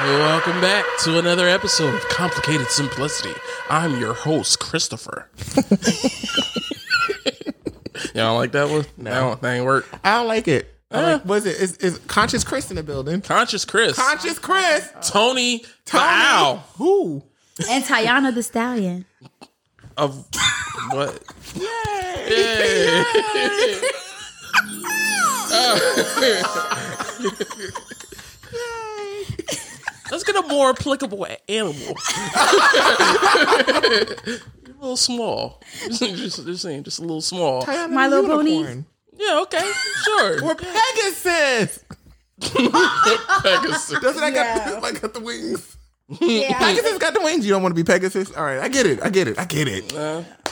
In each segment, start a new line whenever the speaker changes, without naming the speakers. Welcome back to another episode of Complicated Simplicity. I'm your host, Christopher. Y'all like that one? No, that ain't work.
I don't like it. I like, was it is, is conscious Chris in the building?
Conscious Chris,
Conscious Chris.
Tony,
Tony.
Ow
Who?
And Tayana the Stallion.
of what?
Yay!
Hey. Let's get a more applicable animal. a little small. just, just saying, just a little small.
Diana
My
the
Little Pony.
Unicorn.
Yeah, okay, sure.
Or Pegasus.
Pegasus.
Doesn't I
Yeah.
got, I got the wings?
Yeah.
Pegasus got the wings. You don't want to be Pegasus? All right, I get it. I get it. I get it.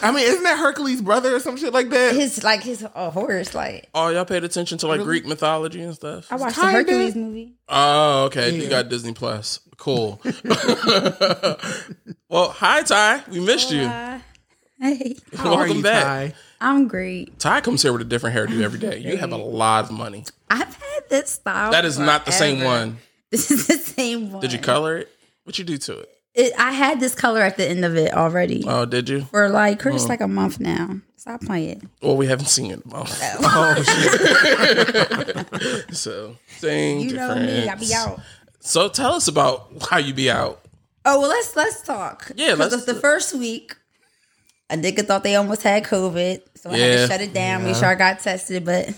I mean, isn't that Hercules' brother or some shit like that?
his like his uh, horse. Like
Oh, y'all paid attention to like Greek mythology and stuff.
I watched
Kinda.
the Hercules movie.
Oh, okay. You got Disney Plus. Cool. well, hi Ty. We missed you.
Uh, hey,
How are
Welcome
you,
back.
Ty?
I'm great.
Ty comes here with a different hairdo every day. You have a lot of money.
I've had this style.
That is not the same
Oh, forever.
one.
This is the same one.
Did you color it? What you do to it?
It, I had this color at the end of it already
Oh, did you?
for like Chris like a month now. Stop playing.
Well, we haven't seen it. in a month.
Oh shit!
So, same
You know me. I be out.
So, tell us about how you be out.
Oh well, let's let's talk.
Yeah,
'Cause
let's-
it's the first week. A nigga thought they almost had COVID, so I had
Yeah.
to shut it down. We sure got tested, but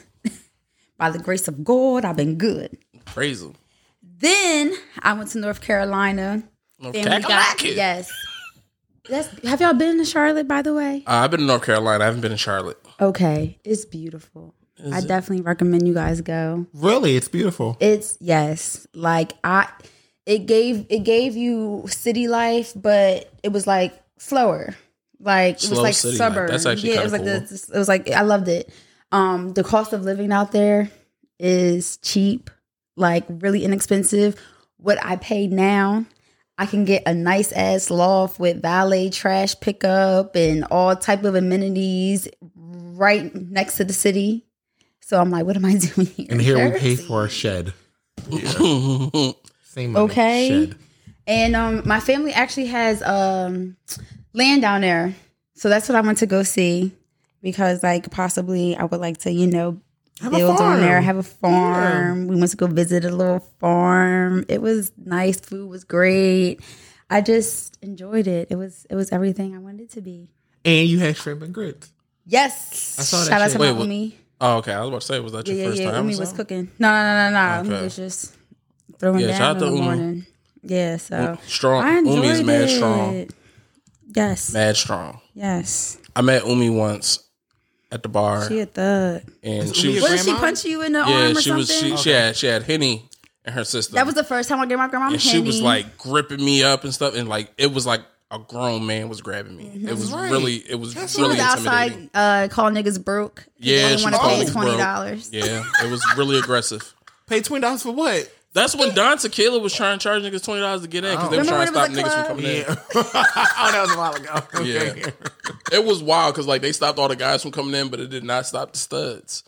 by the grace of God, I've been good.
Praise him.
Then I went to North Carolina. Then we got uh,
Cackalacky.
yes. That's, have y'all been to Charlotte, by the way?
Uh, I've been in North Carolina. I haven't been in Charlotte.
Okay, it's beautiful. I definitely recommend you guys go.
really, it's beautiful.
It's yes, like I, it gave it gave you city life, but it was like slower. Like it
Slow
was like
city life.
suburb.
That's actually
yeah, it was
kinda
like the, it was like I loved it. Um, the cost of living out there is cheap, like really inexpensive. What I pay now, I can get a nice ass loft with valet trash pickup and all type of amenities right next to the city. So I'm like, what am I doing here?
And here we pay
Jersey?
for a shed.
Oh,
Same money.
Okay.
Shed.
And um, my family actually has um, land down there, so that's what I want to go see because, like, possibly I would like to, you know,
Have a
build on there,
farm.
have a farm. We went to go visit a little farm. It was nice. Food was great. I just enjoyed it. It was it was everything I wanted it to be.
And you had shrimp and grits.
Yes.
I saw that
Shout out
shit.
to
Wait,
my
what-
Umi.
Oh, okay. I was about to say, was that your
Yeah,
first
yeah, yeah.
time? or
Umi was
something?
cooking. No, no, no, no. no.
Okay.
Umi was just throwing
Yeah, shout
down
out
in
to
the
Umi.
morning. Yeah. So.
Strong.
I enjoyed
Umi is mad
it.
strong.
Yes.
Mad strong.
Yes.
I met Umi once at the bar,
She a thug.
and
Is
she
Umi
was
a
What did she
Grandma?
punch you in the
yeah,
arm or
she
something?
was she, she had she had henny in her system.
that was the first time I gave my grandma
and
candy.
she was like gripping me up and stuff, and like it was like a grown man was grabbing me. It was
right.
really it was
That's
Mm-hmm. she
really
was
intimidating.
outside uh, calling niggas broke.
Yeah,
they
she
only want
was
to pay
calling
twenty
broke.
dollars.
Yeah, it was really aggressive.
Pay twenty dollars for what?
That's when Don Tequila was trying to charge niggas twenty dollars to get in because they were
Remember
trying to stop
when it
niggas
was a
from
club?
coming
Yeah. oh, that was a while ago. Okay.
Yeah. in. It was wild because like they stopped all the guys from coming in, but it did not stop the studs.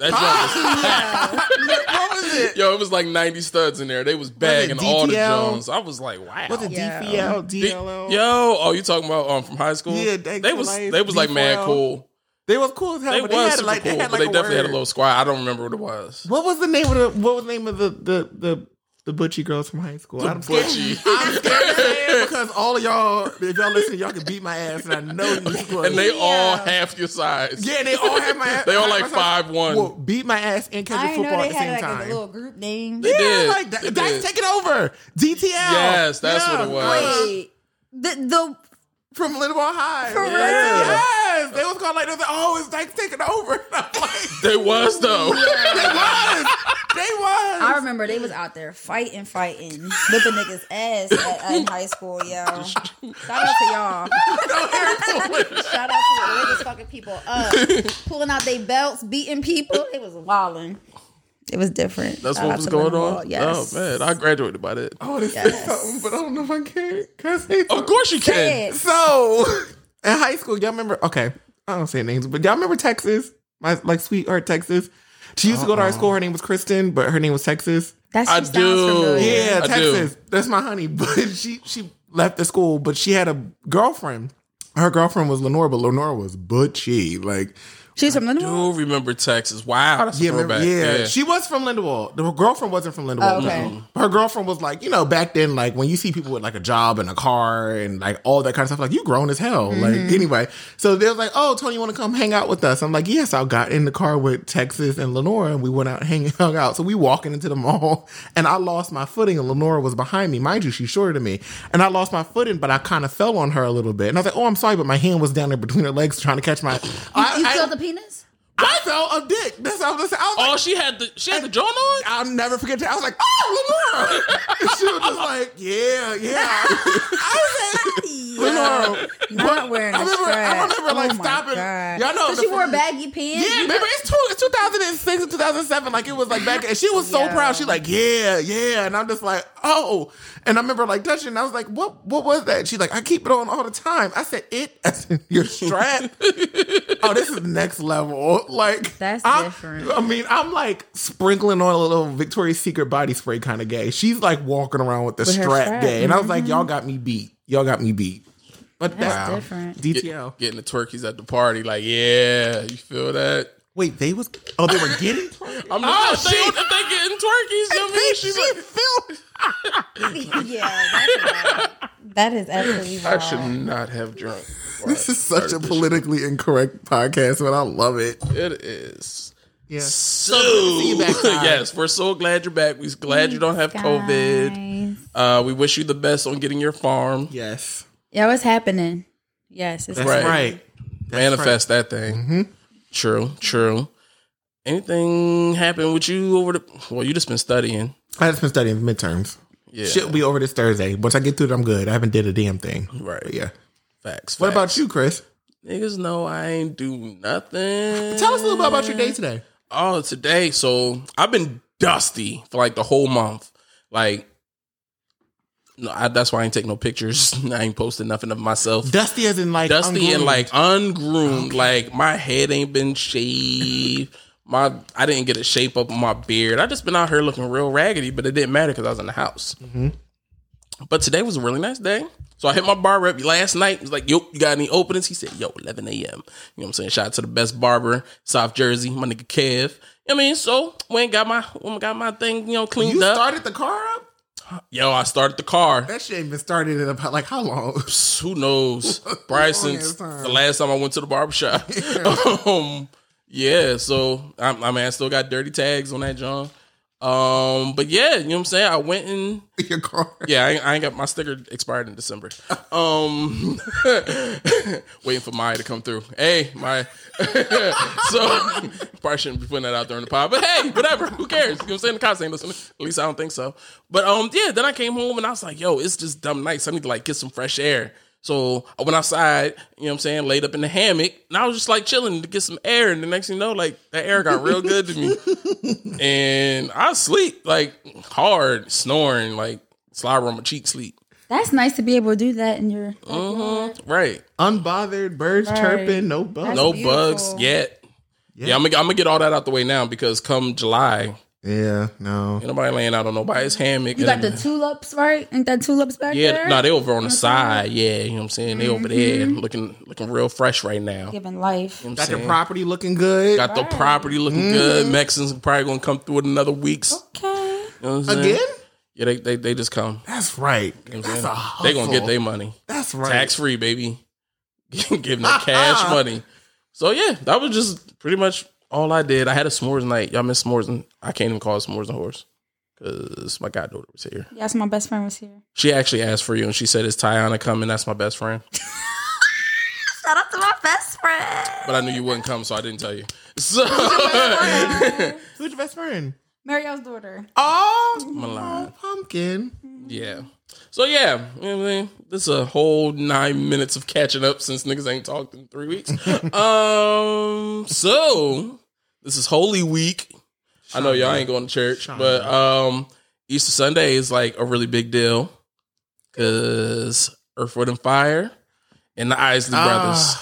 That joint was-
What was it?
yo, it was like ninety studs in there. They was bagging all the
DTL?
Jones. I was like, wow.
Was it E
Yeah.
DFL,
The-
DLL?
Yo, oh, you talking about um from high school?
Yeah,
they,
they-
was
like,
they was like mad
D4L.
cool.
They was cool as hell.
They
but
was
they had
super
like,
cool,
they had
but
like
they
a
definitely had a
word.
little squad. I don't remember what it was.
What was the name of the What was the name of the the the, the butchie girls from high school? I'm scared.
Butchie.
I'm scared to say it because all of y'all, if y'all listen, y'all can beat my ass, and I know you. squad.
and they all
Yeah.
half your size.
yeah, they all have my. ass.
They all
my-
like
my-
five one.
Well, beat my ass and catch
I
a
didn't know
football at
they
the
had
same
like
time.
a little group name.
yeah,
did.
like
They
that,
did.
that's taking over. DTL.
Yes, that's what it was.
Wait, the the
From Little Ball High.
For real?
Yes, they was called like they was like, oh, it's like taking over. And I'm like,
They was though.
they was, they was.
I remember they was out there fighting, fighting, whipping niggas ass at, at in high school, yo. Shout out to y'all. Shout out to the niggas fucking people up, pulling out their belts, beating people. It was wilding. It was different.
That's
Shout
what
out
was
to
going
Little
on.
Hall, Yes.
Oh man, I graduated by that.
I want to say
Yes.
Oh, something, but I don't know if I can. Can I say
Of
something?
course you can.
Say it.
So, in high school, y'all remember? Okay, I don't say names, but y'all remember
Uh-huh.
Texas? My like sweetheart Texas. She used to go to our school. Her name was Kristen, but her name was Texas.
That's
I
she sounds
do.
familiar.
Yeah,
Oh, I do.
Texas. That's my honey. But she she left the school, but she had a girlfriend. Her girlfriend was Lenore, but Lenore was butchy. Like,
She's from
I
Lindenwood.
do remember Texas. Wow, that's
yeah,
a
remember,
throwback.
yeah.
yeah.
She was from Lindewald. Her girlfriend wasn't from Lindewald.
Oh, okay.
no. Her girlfriend was like, you know, back then, like when you see people with like a job and a car and like all that kind of stuff, like you grown as hell.
Mm-hmm.
Like anyway, so they was like, oh, Tony, you want to come hang out with us? I'm like, yes. I got in the car with Texas and Lenora, and we went out and hang- hung out. So we walking into the mall, and I lost my footing, and Lenora was behind me. Mind you, she's shorter than me, and I lost my footing, but I kind of fell on her a little bit, and I was like, oh, I'm sorry, but my hand was down there between her legs trying to catch my. I,
You
I-
feel the penis?
I felt a dick. That's what I'm saying. I was like,
Oh, she had the she had the joint on.
I'll never forget that. I was like, oh, Lenora. And she was just like, yeah, yeah. I was like, Lenora.
Not wearing
I
a
remember, I
strap.
remember like
Oh my
stopping.
God.
Y'all know.
So
the
she wore
first-
baggy pants.
Yeah, remember it's, two, it's 2006 and 2007. Like it was like back, and she was so
Yeah.
proud. She like, yeah, yeah, and I'm just like, oh. And I remember like touching. And I was like, what? What was that? She's like, I keep it on all the time. I said, it. I said, your strap. oh, this is next level. Like
That's
I'm-
different.
I mean, I'm like sprinkling on a little Victoria's Secret body spray kind of gay. She's like walking around with the
With her
strap,
strap, Mm-hmm.
gay, and I was like, y'all got me beat. Y'all got me beat. But
That's
wow.
different.
DTL.
Getting the turkeys at the party, like yeah, you feel that?
Wait, they was oh they were getting.
I'm
Oh,
like, if, they,
she-
if they getting turkeys, you know what I mean? She's like,
yeah, that's wild. that is absolutely
I
wild.
should not have drunk.
Uh, This is such a politically incorrect podcast, but I love it.
It is.
Yeah.
So,
see you back, Ty.
yes, we're so glad you're back. We're glad you don't have COVID.
Guys.
Uh, we wish you the best on getting your farm.
Yes.
Yeah, what's happening? Yes, it's
That's
Right.
right. Mm-hmm.
Manifest that thing. True, true. Anything happened with you over the? Well, you just been studying.
I just been studying midterms.
Yeah,
Shit will be over this Thursday. Once I get through it, I'm good. I haven't did a damn thing.
Right.
But yeah.
facts.
What
facts.
about you, Chris?
niggas? No, I ain't do nothing.
Tell us a little bit about your day today.
Oh, today. So I've been dusty for like the whole month. Like, no, I, that's why I ain't take no pictures. I ain't posted nothing of myself.
Dusty as in like
Dusty and
ungroomed.
like ungroomed. Like my head ain't been shaved. My I didn't get a shape up on my beard. I just been out here looking real raggedy, but it didn't matter because I was in the house.
Mm-hmm.
But today was a really nice day. So I hit my bar rep last night. He was like, yo, you got any openings? He said, yo, 11 a.m. You know what I'm saying? Shout out to the best barber, South Jersey, my nigga Kev. You know what I mean? So we ain't got my, we got my thing, you know, cleaned
you
up.
started the car up.
yo, I started the car.
That shit ain't been started in about like how long?
who knows? Bryson,
Long ass time.
the last time I went to the barbershop. um, yeah, so I, I mean, I still got dirty tags on that, John. Um, but yeah, you know what I'm saying? I went and
your car.
yeah, I, ain't- I ain't got my sticker expired in December. Um, waiting for Maya to come through. Hey, Maya. so probably shouldn't be putting that out there in the pod, but hey, whatever. Who cares? You know what I'm saying? The cops ain't listening. At least I don't think so. But um, yeah. Then I came home and I was like, yo, it's just dumb nights. I need to like get some fresh air. So I went outside. You know what I'm saying? Laid up in the hammock, and I was just like chilling to get some air. And the next thing you know, like that air got real good to me and I sleep like hard, snoring, like slobber on my cheek sleep.
That's nice to be able to do that in your.
Mm-hmm. Right.
Unbothered, birds chirping, no bugs.
No
Beautiful.
bugs yet. Yeah, I'm, gonna, I'm gonna get all that out the way now because come July,
Yeah, no.
ain't nobody laying out on nobody's hammock.
You got the tulips, right? Ain't that tulips back
yeah,
there?
no, they over on the side. Yeah, you know what I'm saying? They over there
Mm-hmm.
looking looking real fresh right now.
Giving life.
You know what I'm
Got Mm-hmm. your
saying?
property looking good
Got the property looking good. Mexicans probably gonna come through in another weeks.
Okay.
You know what I'm saying?
again.
Yeah, they, they they just come.
That's right. That's a hustle.
They gonna get their money.
That's right.
tax free, baby. Giving the cash money. So yeah, that was just pretty much all I did. I had a s'mores night. Y'all miss s'mores and I can't even call it s'mores and horse because my goddaughter was here.
Yes, my best friend was here.
She actually asked for you and she said, "Is Tiana coming?" That's my best friend.
Shout out to my best friend.
But I knew you wouldn't come, so I didn't tell you. So
Who's your best friend?
Marielle's daughter.
Oh,
Milan.
oh, pumpkin.
yeah. So yeah, you know what I mean? This is a whole nine minutes of catching up since niggas ain't talked in three weeks. um. So this is Holy Week. I know y'all ain't going to church,
Shine
but um, Easter Sunday is like a really big deal because Earth, Wind, and Fire and the Isley Brothers.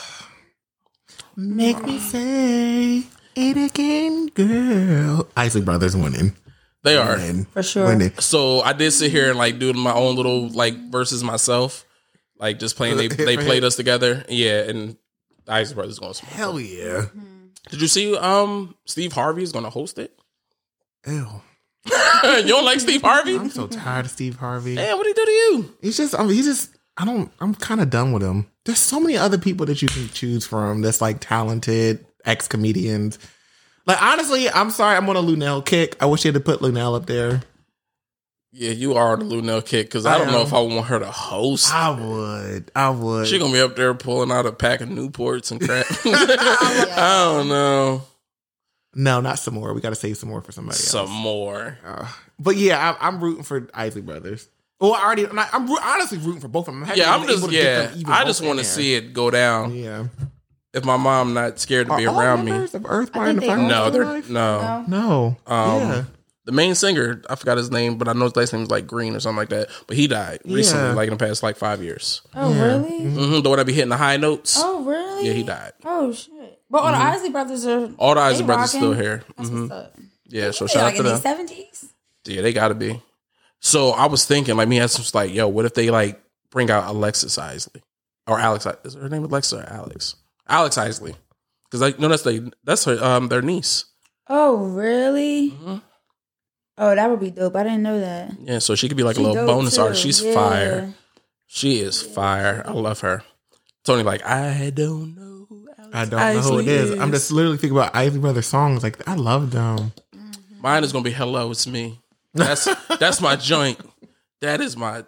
Make me say it again, girl. Isley Brothers winning.
They are.
And
For sure.
winning.
So I did sit here and like do my own little like verses myself, like just playing. They they played us together. Yeah, and Ice Brothers going. to
Hell yeah.
Did you see? Um, Steve Harvey is going to host it.
Ew.
you don't like Steve Harvey?
I'm so tired of Steve Harvey.
Damn, what did he do to you?
He's just, I mean, he's just, I don't, I'm kind of done with him. There's so many other people that you can choose from that's like talented ex comedians. Like, honestly, I'm sorry, I'm on a Lunel kick. I wish they had put Lunel up there.
Yeah, you are on the Lunel kick because I don't know if I want her to host.
I would. I would.
She gonna be up there pulling out a pack of Newports and crap. I don't know.
no, not some more. We got to save some more for somebody else.
Some more.
Uh, but yeah, I, I'm rooting for Isley Brothers. Well, I already, I'm, not, I'm roo- honestly rooting for both of them. happy
Yeah,
I
I'm
was
just
able to get
yeah.
them even
I
both
just
in
want to
there.
see it go down.
Yeah.
If my mom not scared to be
Are all
around me,
members Of Earth,
I
Wind, and
think they
Fire
all-
no,
still
they're
alive?
no.
No.
No.
Um,
yeah.
The main singer, I forgot his name, but I know his last name was like Green or something like that. But he died recently,
Yeah.
like in the past like five years.
Oh
Yeah. Mm-hmm.
really?
hmm the one that be hitting the high notes.
Oh really?
Yeah, he died.
Oh shit! But all
Mm-hmm.
the Isley brothers are
All the Isaac
They
brothers
rocking.
still here.
that's
Mhm.
what's up.
Yeah, so
They
shout out
like
to
in
them.
the seventies.
Yeah, they gotta be. So I was thinking, like, me had some like, yo, what if they like bring out Alexis Isley or Alex? Is her name Alexa or Alex? Alex Isley, because like, no, that's they, that's her, um, their niece.
Oh really?
Mhm.
Oh, that would be dope. I didn't know that.
Yeah, so she could be like
She
a little
dope,
bonus
too.
artist. She's
Yeah.
fire. She is fire. I love her. Tony, like, I don't know. who Alex
I don't know who it
Isley
is. I'm just literally thinking about Isley Brothers songs. Like I love them.
Mine is gonna be "Hello, it's me." That's that's my joint. That is my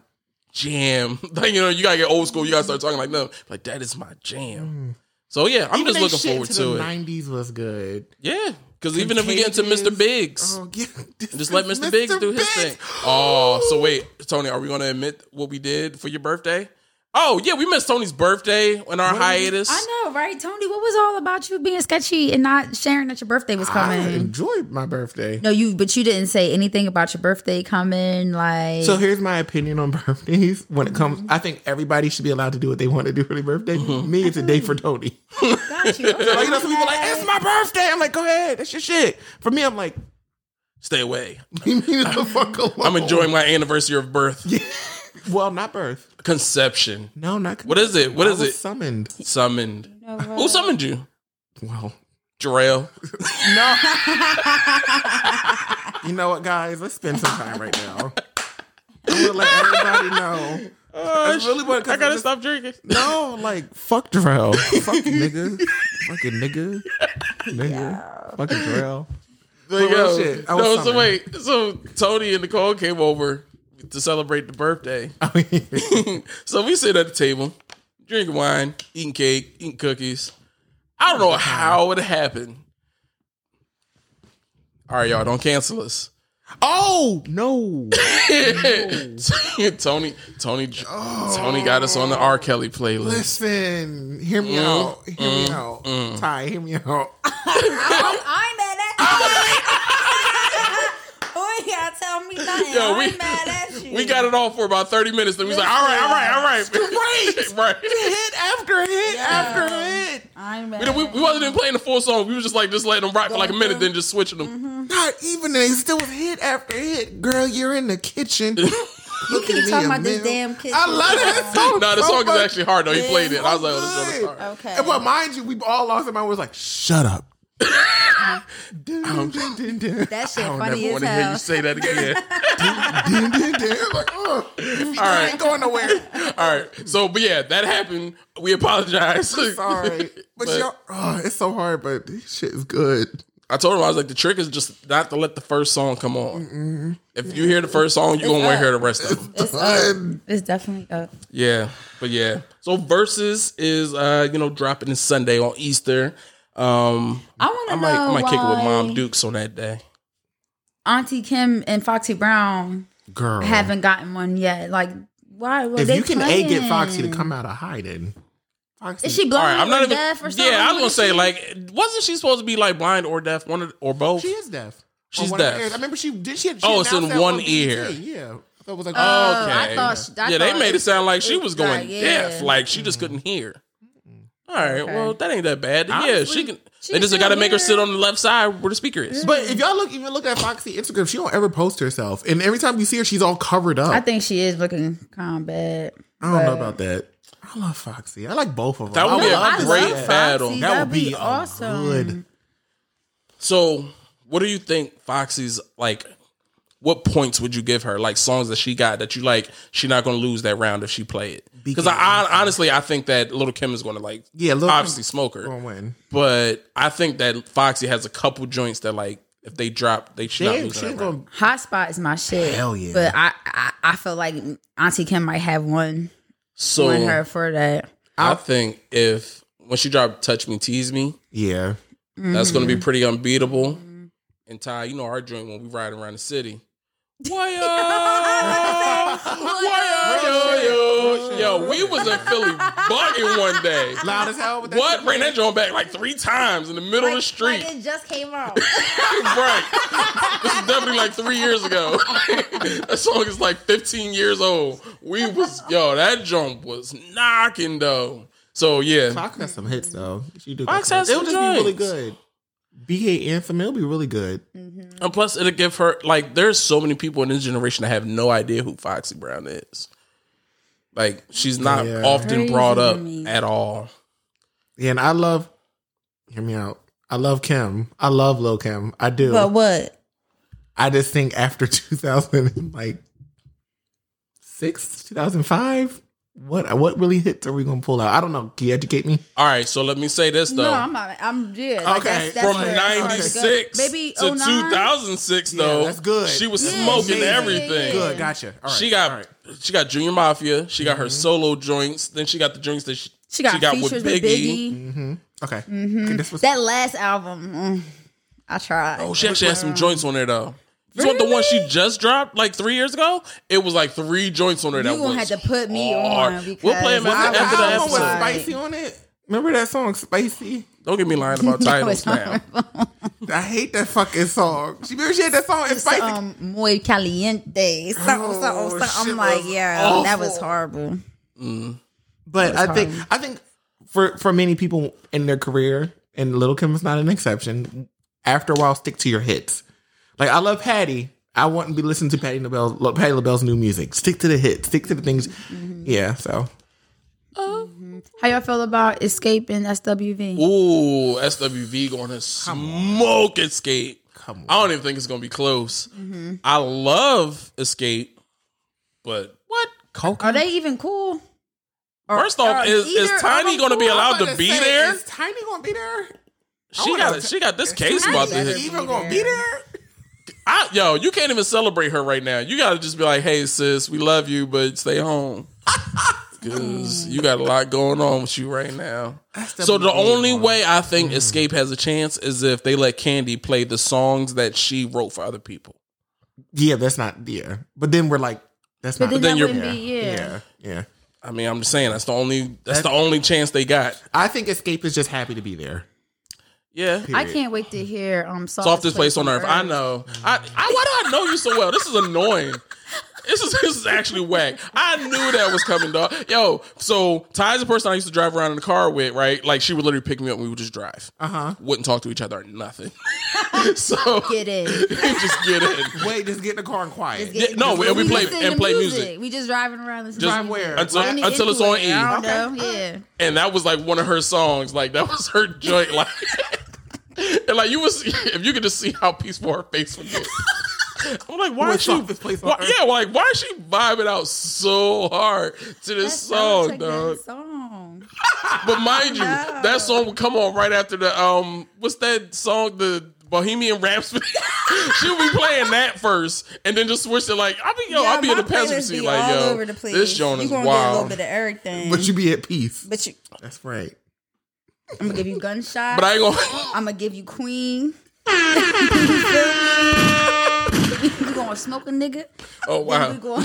jam. Like you know, you gotta get old school. You gotta start talking like them. Like that is my jam. So yeah, I'm
Mm. Even
just
they
looking
shit
forward
into
to
the
it.
'90s was good.
Yeah, because even if we get into Mr. Biggs,
Contagious. Oh, yeah. This
just let
is
Mr. Biggs do his
Biggs.
thing. Oh, so wait, Tony, are we gonna admit what we did for your birthday? Oh yeah, we missed Tony's birthday in our hiatus.
I know, right? Tony, what was all about you being sketchy and not sharing that your birthday was
I
coming?
enjoyed my birthday.
no, you but you didn't say anything about your birthday coming, like
So here's my opinion on birthdays. When it comes, I think everybody should be allowed to do what they want to do for their birthday.
Mm-hmm.
Me, it's a day for Tony.
Got
Like
you.
you know, some people are like it's my birthday. I'm like, go ahead, that's your shit. For me, I'm like,
Stay away.
leave me the fuck alone.
I'm
Oh.
enjoying my anniversary of birth,
Well, not birth.
conception,
No, not.
What is it? What
I
is
was
it?
Summoned.
summoned.
No, right.
Who summoned you?
Well,
Jarrell.
No. you know what, guys? Let's spend some time right now. I'm gonna let everybody know. That's really what- 'cause I'm just-
Oh, stop drinking.
No, like fuck Darrell. Fuck nigga. Fucking nigga. Nigga. Fucking Darrell.
Like,
real
yo,
shit, I was
no, so
summoned.
wait. So Tony and Nicole came over to celebrate the birthday.
I mean,
so we sit at the table, drinking wine, eating cake, eating cookies. I don't know how it happened. All right, y'all, don't cancel us.
oh no.
Tony, Tony, Tony got us on the R. Kelly playlist.
Listen, hear
Mm,
me out. Hear me out. Ty, hear me out.
I'm mad at you. oh, you gotta tell me nothing.
Yo, we-
I'm mad at you.
We got it all for about thirty minutes. Then we was like, all right, all right, all right, right.
Hit after hit after hit.
I'm mad.
We, we, we wasn't even playing the full song. We was just like just letting them rock for like a minute, then just switching them.
Mm.
Not even they still hit after hit. Girl, you're in the kitchen. you
keep talking about this damn kitchen.
I love that song.
No, the
Mm-hmm. so
song is
much.
actually hard though. He
Yeah,
played it. I was
so
like, oh, this song is
good.
hard.
Okay.
And but mind you, we all lost. And I was like, "Shut up." Dun, dun, dun, dun, dun.
that shit
I don't
funny
ever
as
want to hear you
hell.
say that again.
Dun, dun, dun. Like, ugh. If you
right.
ain't going nowhere.
All right. So, but yeah, that happened. We apologize.
Sorry, but,
But-
y'all, oh, it's so hard. But this shit is good.
I told him I was like, the trick is just not to let the first song come on. If you hear the first song, you gonna want to hear the rest of them.
It's, up.
Dun.
it's definitely up.
Yeah, but yeah. So verses is uh you know dropping this Sunday on Easter. Um,
I want
I
to know
might I might
why
kick it with Mom Dukes on that day.
Auntie Kim and Foxy Brown
girl.
haven't
haven't gotten one yet. Like, why? were
if
they
you can
playing?
a get Foxy to come out of hiding, Foxy,
is she
All
blind
right, I'm not
or
even.
deaf or something?
yeah, I was
What
gonna
is
say
she?
like, wasn't she supposed to be like blind or deaf, one or, or both?
she is deaf.
She's
On one of her
deaf.
ears. I remember she did. She had. She
Oh, it's in
announced that
one
on BET.
ear.
Yeah. I thought it was like,
Oh,
okay.
I thought she, I
yeah, they
thought
made it sound like she
it-
was going
like, yeah. Mm-hmm.
deaf, like she just couldn't hear. All right, well that ain't that bad. yeah,
Honestly,
she can. They just got to make her sit on the left side where the speaker is.
But if y'all look, even look at Foxy Instagram, she don't ever post herself, and every time you see her, she's all covered up. I,
I think she is looking kind of bad.
don't know about that. I love Foxy. I like both of them.
That would
I
be a
love this
great
ad.
battle.
Foxy.
That would
That'd
be,
be
a
awesome.
Good.
So, what do you think Foxy's like? What points would you give her? Like songs that she got that you like, she not gonna lose that round if she play it. Because I, I honestly, I think that Little Kim is gonna like,
Yeah, Lil' Kim-
obviously smoke her.
Gonna win.
But I think that Foxy has a couple joints that like, if they drop, they should
She
not
ain't,
lose
she
that
ain't
round.
gonna.
Hotspot is my shit.
Hell yeah.
But I, I, I feel like Auntie Kim might have one
So
win her for that.
I think if when she dropped "Touch Me, Tease Me,"
Yeah.
that's gonna be
Mm-hmm.
pretty unbeatable. And Ty, you know our joint when we ride around the city. Why uh, yo, yo, yo, yo, we was in Philly bugging one day.
Loud as hell. With that
What? Bring that joint back like three times in the middle of the street.
Like it just came out.
right. This is definitely like three years ago. that song is like 15 years old. We was, yo, that joint was knocking though. So yeah.
Fox has some hits though. She do.
Fox
got some
has
hits. It'll
some
just be really
joints.
good. BA Anthem. It'll be really good.
And plus, it'll give her like there's so many people in this generation that have no idea who Foxy Brown is. Like she's not
Yeah.
often
Crazy
brought up
to me.
at all.
Yeah, and I love. Hear me out. I love Kim. I love Lil Kim. I do.
But what?
I just think after 2000, and, like six, 2005, what what really hits are we gonna pull out? I don't know. Can you educate me?
All right, so let me say this though.
No, I'm not. I'm yeah. Like
Okay.
that's, that's
From
where it's hard to go.
'96
maybe
to
09?
2006
Yeah,
though,
that's good.
She was
That's
smoking
amazing.
everything.
Good, gotcha. All right.
She got she got Junior Mafia. She got her solo joints. Then she got the joints that she,
Mm-hmm. She got, features with Biggie.
okay. Okay, this was
That last album, mm, I tried.
Oh, she actually had some joints on there though. You want the one she just dropped like three years ago? It was like three joints on there
you
that
gonna
was
have to put me
hard.
on because
We'll play it
I
after the
was
album with
episode.
like-
spicy on it. Remember that song Spicy?
Don't get me lying about titles now.
I hate that fucking song. She remember she had that song in Spicy.
um muy caliente. Something,
Oh,
something, something.
shit
I'm like,
was
yeah, that was
awful.
horrible.
But I think I think for for many people in their career, and Little Kim is not an exception. After a while, stick to your hits. Like I love Patty. I wouldn't be listening to Patty LaBelle, lo- Patty LaBelle's new music. Stick to the hits. Stick to the things. Yeah. So
How y'all feel about escaping SWV?
Ooh, SWV going to smoke Escape.
Come
I don't even think it's going to be close.
Mm-hmm.
I love Escape, but what?
Are they even cool? Or-
First off,
or
is, is
either of
Tiny
them
going to be
cool?
allowed to be there?
Is Tiny gonna be there?
She
wanna
got
t-
she got this case about to
better
hit.
be
Even gonna be there?
I, yo, you can't even celebrate her right now. You got to just be like, "Hey, sis, we love you, but stay home." Because you got a lot going on with you right now. So the only way I think Escape has a chance is if they let Candy play the songs that she wrote for other people.
Yeah, that's not. Yeah, but then we're like, that's not.
then
that
you're-
wouldn't be- yeah.
yeah, yeah.
I mean, I'm just saying that's the only that's the only chance they got.
I think Escape is just happy to be there.
Yeah.
I can't wait to hear um
Softest place on earth. I know. I, I why do I know you so well? This is annoying. This is this is actually whack. I knew that was coming, dog. Yo, so Ty's the person I used to drive around in the car with, right? Like she would literally pick me up and we would just drive. Uh-huh. Wouldn't talk to each other or nothing. so
Get in.
just get in.
Wait, just get in the car and quiet.
Yeah, no, and we, play
listen
and
to
play music.
We just driving around listening
Just
to music.
where?
Until,
Any
until it's on
influence,
E.
I don't know. Yeah.
and that was like one of her songs. Like that was her joint. Like, and like you was if you could just see how peaceful her face would get. I'm like, why
We're
is she?
soft, this place on
why-
earth.
yeah, like why is she vibing out so hard to this song, dog?
Song.
But mind you,
Oh.
that song would come on right after the um, what's that song? The Bohemian Rhapsody. She'll be playing that first, and then just switch to like I'll be yo, I'll be in the passenger seat, like yo, this joint is
you gonna Get a little
wild.
bit of everything.
But you be at peace.
But you,
That's right.
I'm gonna give you gunshot.
But I ain't gonna.
I'm gonna give you queen. you gonna smoke a nigga?
Oh wow.
We going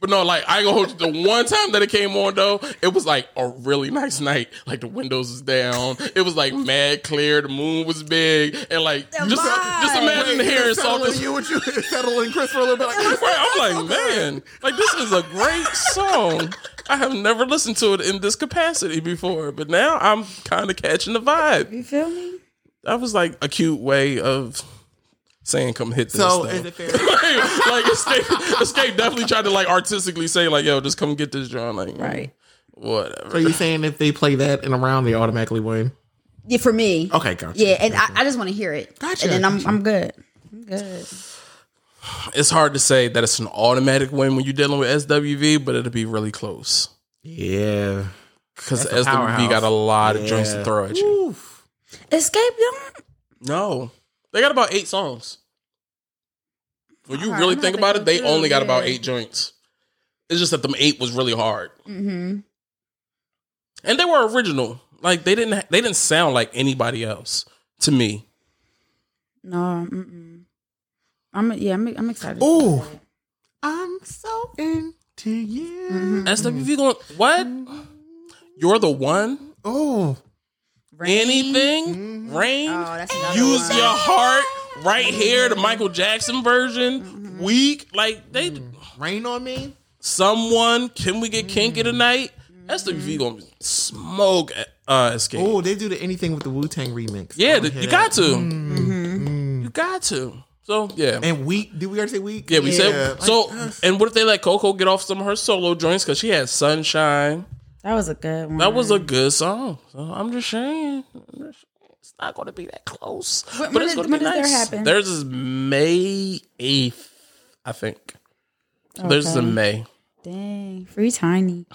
But no, like I ain't gonna hold you. The one time that it came on though, it was like a really nice night. Like the windows was down. It was like mad clear. The moon was big, and like just uh,
vibe.
just imagine hearing
settling
something.
you with you settling Chris for a little bit. Like,
I'm like, man, like this is a great song. I have never listened to it in this capacity before, but now I'm kind of catching the vibe.
You feel me?
That was like a cute way of saying, "Come hit this."
So
though.
is it fair?
like, like, escape, escape definitely tried to like artistically say like, "Yo, just come get this drum." Like,
Right.
whatever.
Are you saying if they play that in a round, they automatically win?
Yeah, for me.
Okay, gotcha.
Yeah, and I, I just want to hear it. And
Gotcha,
then I'm I'm good. I'm good.
It's hard to say that it's an automatic win when you're dealing with SWV, but it'll be really close
Yeah.
because
That's a
SWV got a
powerhouse.
lot of drinks
Yeah.
to throw at you.
Oof.
Escape them.
No, they got about eight songs. When you
Alright,
really
I'm
think
gonna
about
have
it,
to
they
go
only got
through,
about
yeah.
eight joints. It's just that them eight was really hard,
Mm-hmm.
and they were original. Like they didn't they didn't sound like anybody else to me.
No. Mm-mm. I'm yeah. I'm I'm excited.
Ooh. I'm so into you.
Mm-hmm.
SWV going what? You're the one.
Oh.
Anything rain.
Oh, that's another
Use
one.
your heart right here. The Michael Jackson version. Weak. Like they.
Rain on me?
Someone. Can we get kinky tonight? SWV gonna smoke. Uh, escape.
Oh, they do the anything with the Wu Tang remix. Oh, I
Yeah,
wanna
th-
hear
you
that.
got to. You got to. So yeah.
And week, did we already say week?
yeah, we said
like,
so.
uh,
And what if they let Coco get off some of her solo joints because she had Sunshine?
That was a good one.
That was a good song. So I'm just saying, I'm just saying, it's not going to be that close. but
when
it's
is-
going to
when
be
does there
nice.
happen?
Theirs is May eighth, I think. So Theirs is
Okay.
in May.
dang free tiny.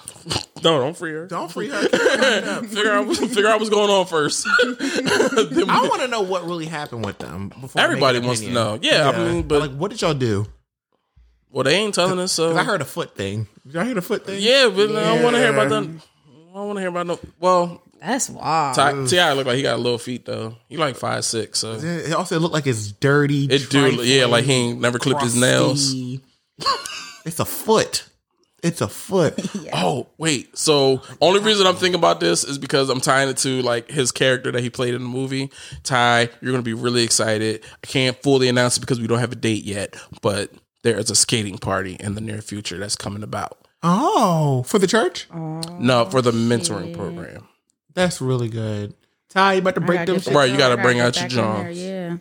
No, don't free her.
don't free her.
Figure out figure out what's going on first. Then we-
I want to know what really happened with them. Before I make
Everybody
an
wants to
opinion.
know. Yeah, I mean, but-
like, what did y'all do?
well, they ain't telling us. So
Because I heard a foot thing. Did y'all hear the foot thing?
yeah, but I don't want to hear about
Yeah.
that. I don't want to hear about no. Well,
That's wild.
Ti Ti look like he got little feet though. He like five six, so
It also looked like it's dirty.
it do. Yeah, like he ain't never clipped his nails.
it's a foot. It's a foot.
Oh wait, so only reason I'm thinking about this is because I'm tying it to like his character that he played in the movie. Ty, you're gonna be really excited. I can't fully announce it because we don't have a date yet, but there is a skating party in the near future that's coming about.
Oh, for the church?
No,
Oh,
for the mentoring program.
That's really good. Ty, you about to break
I
them
gotta get
shit?
Right, you gotta
I
bring
get
out your
back in there,
drums.
Yeah,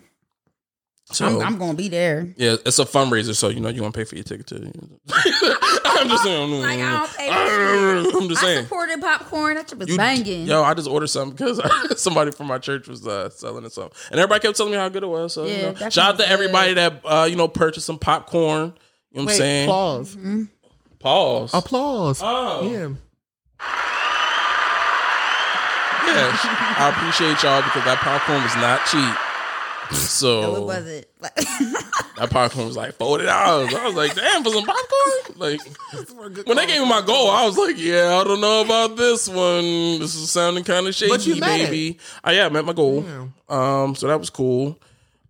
So
I'm, I'm gonna be there.
yeah, it's a fundraiser, so you know you want to pay for your ticket too. I'm just saying.
Like, I don't pay
I'm just
I
saying.
supported popcorn. That shit was banging.
Yo, I just ordered something because somebody from my church was uh, selling it something, and everybody kept telling me how good it was. So, you
Yeah,
know.
that
shout
sounds
out to everybody that uh, you know purchased some popcorn. You know what I'm saying?
applause.
Pause.
Applause.
Oh.
Yeah.
Yeah, I appreciate y'all because that popcorn was not cheap. So
What was it?
that popcorn was like forty dollars. I was like, damn, for some popcorn. Like when they gave me my goal, I was like, yeah, I don't know about this one. This is sounding kind of shaky,
But you met it.
baby. I yeah, I met my goal.
Yeah.
Um, so that was cool.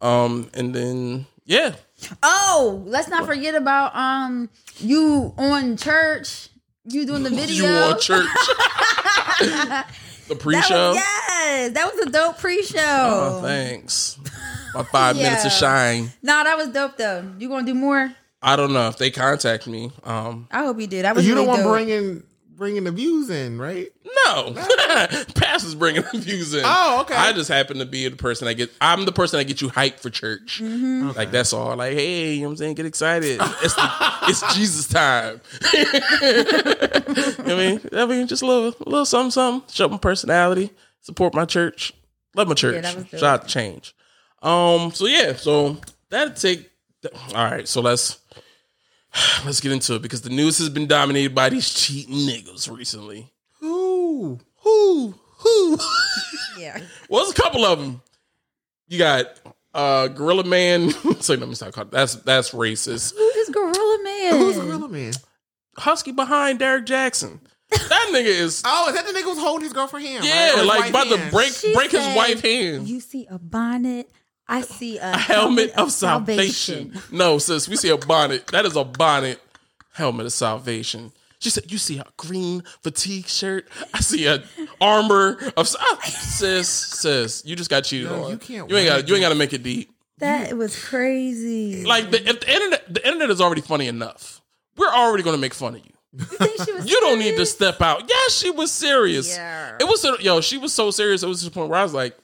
Um, and then yeah,
oh, let's not forget about um you on church. You doing the
you
video?
on church. the
That
pre-show.
was, yes, that was a dope pre-show.
Oh, thanks. My five minutes of
Yeah.
shine.
nah, that was dope though. You gonna do more?
I don't know if they contact me. Um,
I hope you did. That was
You don't
really
want
dope.
bringing bringing the views in, right?
No, Pass is bringing the views in.
Oh, okay.
I just happen to be the person that get. I'm the person that get you hyped for church.
Mm-hmm.
Like that's all. Like hey, you know what I'm saying? Get excited. It's the, it's Jesus time. you know what I mean, I mean, just a little, a little something, something. Show my personality. Support my church. Love my church.
that was dope.
Shout out to change. Um. So yeah. So that take. All right. So let's. Let's get into it because the news has been dominated by these cheating niggas recently.
Who? Who? Who?
Yeah.
Well, there's a couple of them. You got uh Gorilla Man. so let me stop calling. That's that's racist.
Who is Gorilla Man?
Who's Gorilla Man?
Husky behind Derek Jackson. That nigga is
Oh, is that the nigga who's holding his girl for him?
yeah,
right? Or his
like
right
about
hand?
to break
She
break his
said,
wife hand.
You see a bonnet. I see a,
Helmet of salvation. No, sis, we see a bonnet. That is a bonnet. Helmet of salvation. She said, "You see a green fatigue shirt. I see a armor of ah, sis, sis. You just got cheated
No,
on.
you can't
You ain't
wear
got. You ain't got to make it deep.
That was crazy.
like the, if the internet the internet is already funny enough we're already going to make fun of you
You think she was
You don't need to
serious?
step out. Yeah, she was serious.
Yeah.
It was so- yo. She was so serious. It was to the point where I was like,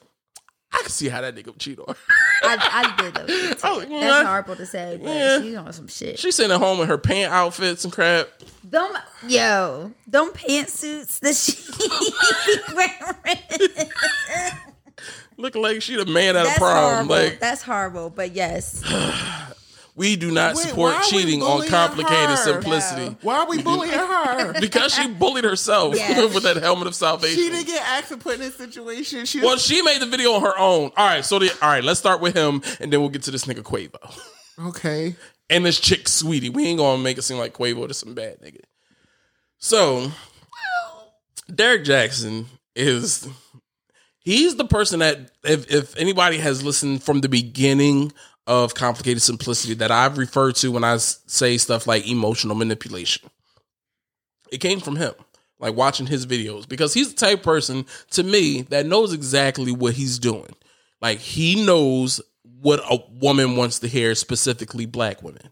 I can see how that nigga would cheat on. her.
I, I did though.
Oh,
That's
yeah.
horrible to say, but
Yeah.
she's on some shit.
She sitting at home in her pant outfits and crap.
Them yo, them pantsuits that she wearing.
Looking like she the man at
That's
a prom.
horrible.
Like
That's horrible. But yes,
we do not
Wait,
support
why are we
cheating on
bullying
complicated
her?
simplicity.
Why are we bullying her?
Because she bullied herself
Yeah.
with that helmet of salvation.
She didn't get asked to put in this situation. She
well, she made the video on her own. All right, so the, all right, let's start with him, and then we'll get to this nigga Quavo
okay.
and this chick Sweetie. We ain't gonna make it seem like Quavo is some bad nigga. So, Derek Jackson is he's the person that if if anybody has listened from the beginning of complicated simplicity that I've referred to when I s- say stuff like emotional manipulation. It came from him. Like watching his videos because he's the type of person to me that knows exactly what he's doing. Like he knows what a woman wants to hear, specifically black women.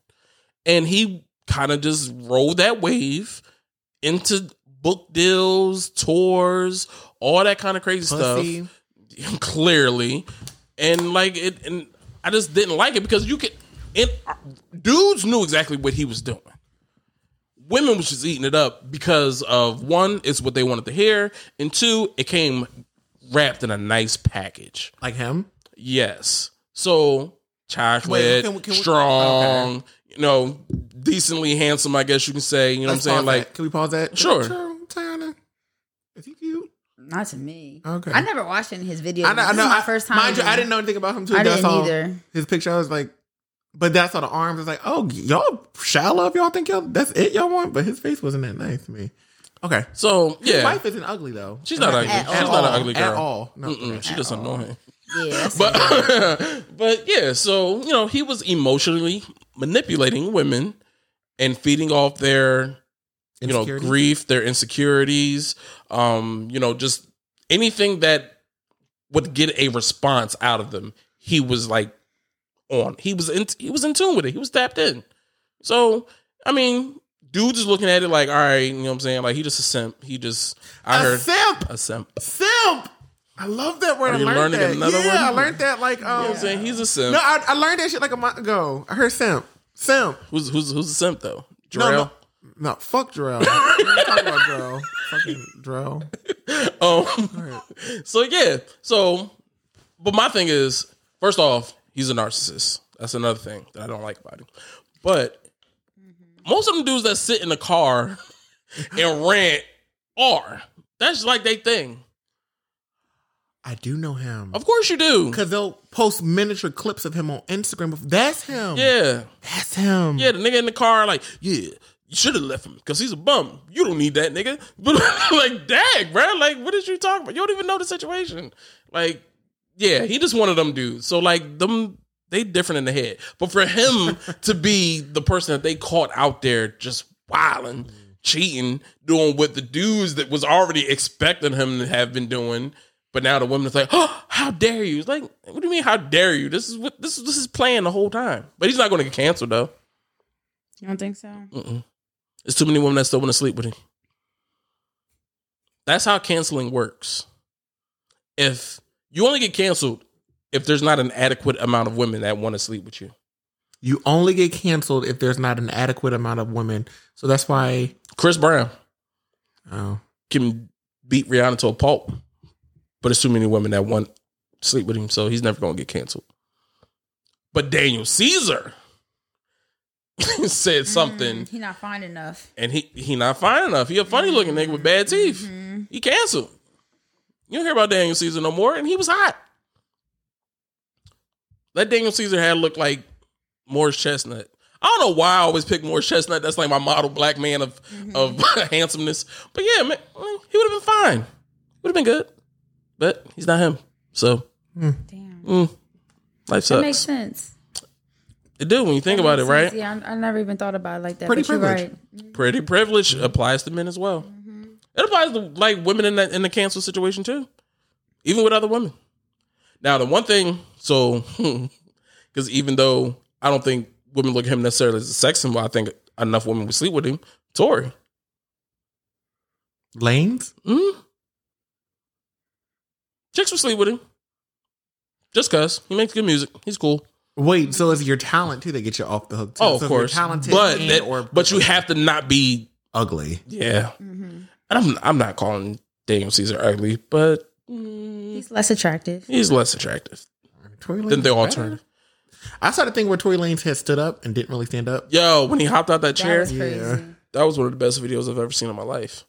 And he kind of just rolled that wave into book deals, tours, all that kind of crazy stuff
Pussy.
clearly, and like it, and I just didn't like it because you could, and dudes knew exactly what he was doing. Women was just eating it up because of one, it's what they wanted to hear, and two, it came wrapped in a nice package.
Like him?
Yes, so chocolate,
Wait, can we- can we-
strong, you know, decently handsome. I guess you can say. You know
Let's
what I'm
pause
saying? Like
that. can we pause that?
Sure.
True, Tiana. Is he cute?
not to me.
Okay.
I never watched any of his videos.
I know. I
This
know.
is my
I-
first time.
Mind you, I didn't know anything about him too.
I
That's
didn't
all.
either.
His picture, I was like, but that's all the arms. I was like, oh, y'all shallow. If y'all think y'all that's it, y'all want. But his face wasn't that nice to me. Okay.
so,
His
yeah.
wife isn't ugly though.
She's not ugly.
At
She's
all.
not an ugly girl.
at all. No,
Mm-mm,
okay.
she just annoying.
Yeah, that's-
but but yeah, so you know, he was emotionally manipulating women and feeding off their you know
Insecurity?
grief, their insecurities, um, you know, just anything that would get a response out of them. He was like on. He was in he was in tune with it. He was tapped in. So, I mean, dudes is looking at it like, all right, you know what I'm saying? Like he just a simp. He just I
A
heard
simp.
a simp.
Simp. I love that word.
Are
I
you
learned
learning
that.
another one?
yeah, I learned that like um.
You know what I'm saying? He's a simp.
No, I, I learned that shit like a month ago. I heard simp. Simp.
Who's who's who's a simp though? Jarrell?
No, no, no. Fuck Jarrell. Talk about Jarrell. Fucking Jarrell.
Um, so yeah, so but my thing is, first off, he's a narcissist. That's another thing that I don't like about him. But most of them dudes that sit in the car and rant are that's like they thing.
I do know him.
Of course you do.
Cause they'll post miniature clips of him on Instagram. That's him.
Yeah,
That's him.
yeah. The nigga in the car, like, yeah, you should have left him because he's a bum. You don't need that nigga. But like, dag, bro, like, what is you talking about? You don't even know the situation. Like, yeah, he just one of them dudes. So like them, they different in the head. But for him to be the person that they caught out there just wilding, cheating, doing what the dudes that was already expecting him to have been doing. But now the woman's like, "Oh, how dare you!" It's like, what do you mean, how dare you? This is what this is. This is playing the whole time. But he's not going to get canceled though.
You don't think so?
There's too many women that still want to sleep with him. That's how canceling works. If you only get canceled if there's not an adequate amount of women that want to sleep with you.
You only get canceled if there's not an adequate amount of women. So that's why.
Chris Brown
Oh,
can beat Rihanna to a pulp, but there's too many women that want to sleep with him, so he's never going to get canceled. But Daniel Caesar said something,
Mm, he not fine enough.
and he he not fine enough. He a funny looking nigga with bad teeth.
Mm-hmm.
He canceled. You don't hear about Daniel Caesar no more, and he was hot. That Daniel Caesar had looked like Morris Chestnut. I don't know why I always pick Morris Chestnut. That's like my model black man of
Mm-hmm.
of handsomeness. But yeah, man, he would have been fine. Would have been good, but he's not him. So
Damn.
mm, life
That
sucks.
makes sense.
it do when you think about it, right?
Yeah, I, I never even thought about it like that.
Pretty
but you're
privilege.
right.
Pretty privilege applies to men as well.
Mm-hmm.
It applies to like women in that in the cancel situation too, even with other women. Now the one thing, so because even though I don't think women look at him necessarily as a sex symbol, I think enough women would sleep with him. Tori,
Lanes?
Mm. Chicks will sleep with him. Just cause he makes good music. He's cool.
Wait, so it's your talent too that gets you off the hook. Too.
Oh,
So
of
if
course.
you're talented,
But
and-
that-
or
But you have to not be
ugly.
yeah.
Mm-hmm.
And I'm I'm not calling Daniel Caesar ugly, but mm,
He's less attractive.
he's less attractive
Tory
than
Lanez
the
is
alternative.
better. I saw the thing where Tory Lanez had stood up and didn't really stand up.
Yo, when he hopped out that
That
chair,
was crazy.
Yeah.
that was one of the best videos I've ever seen in my life.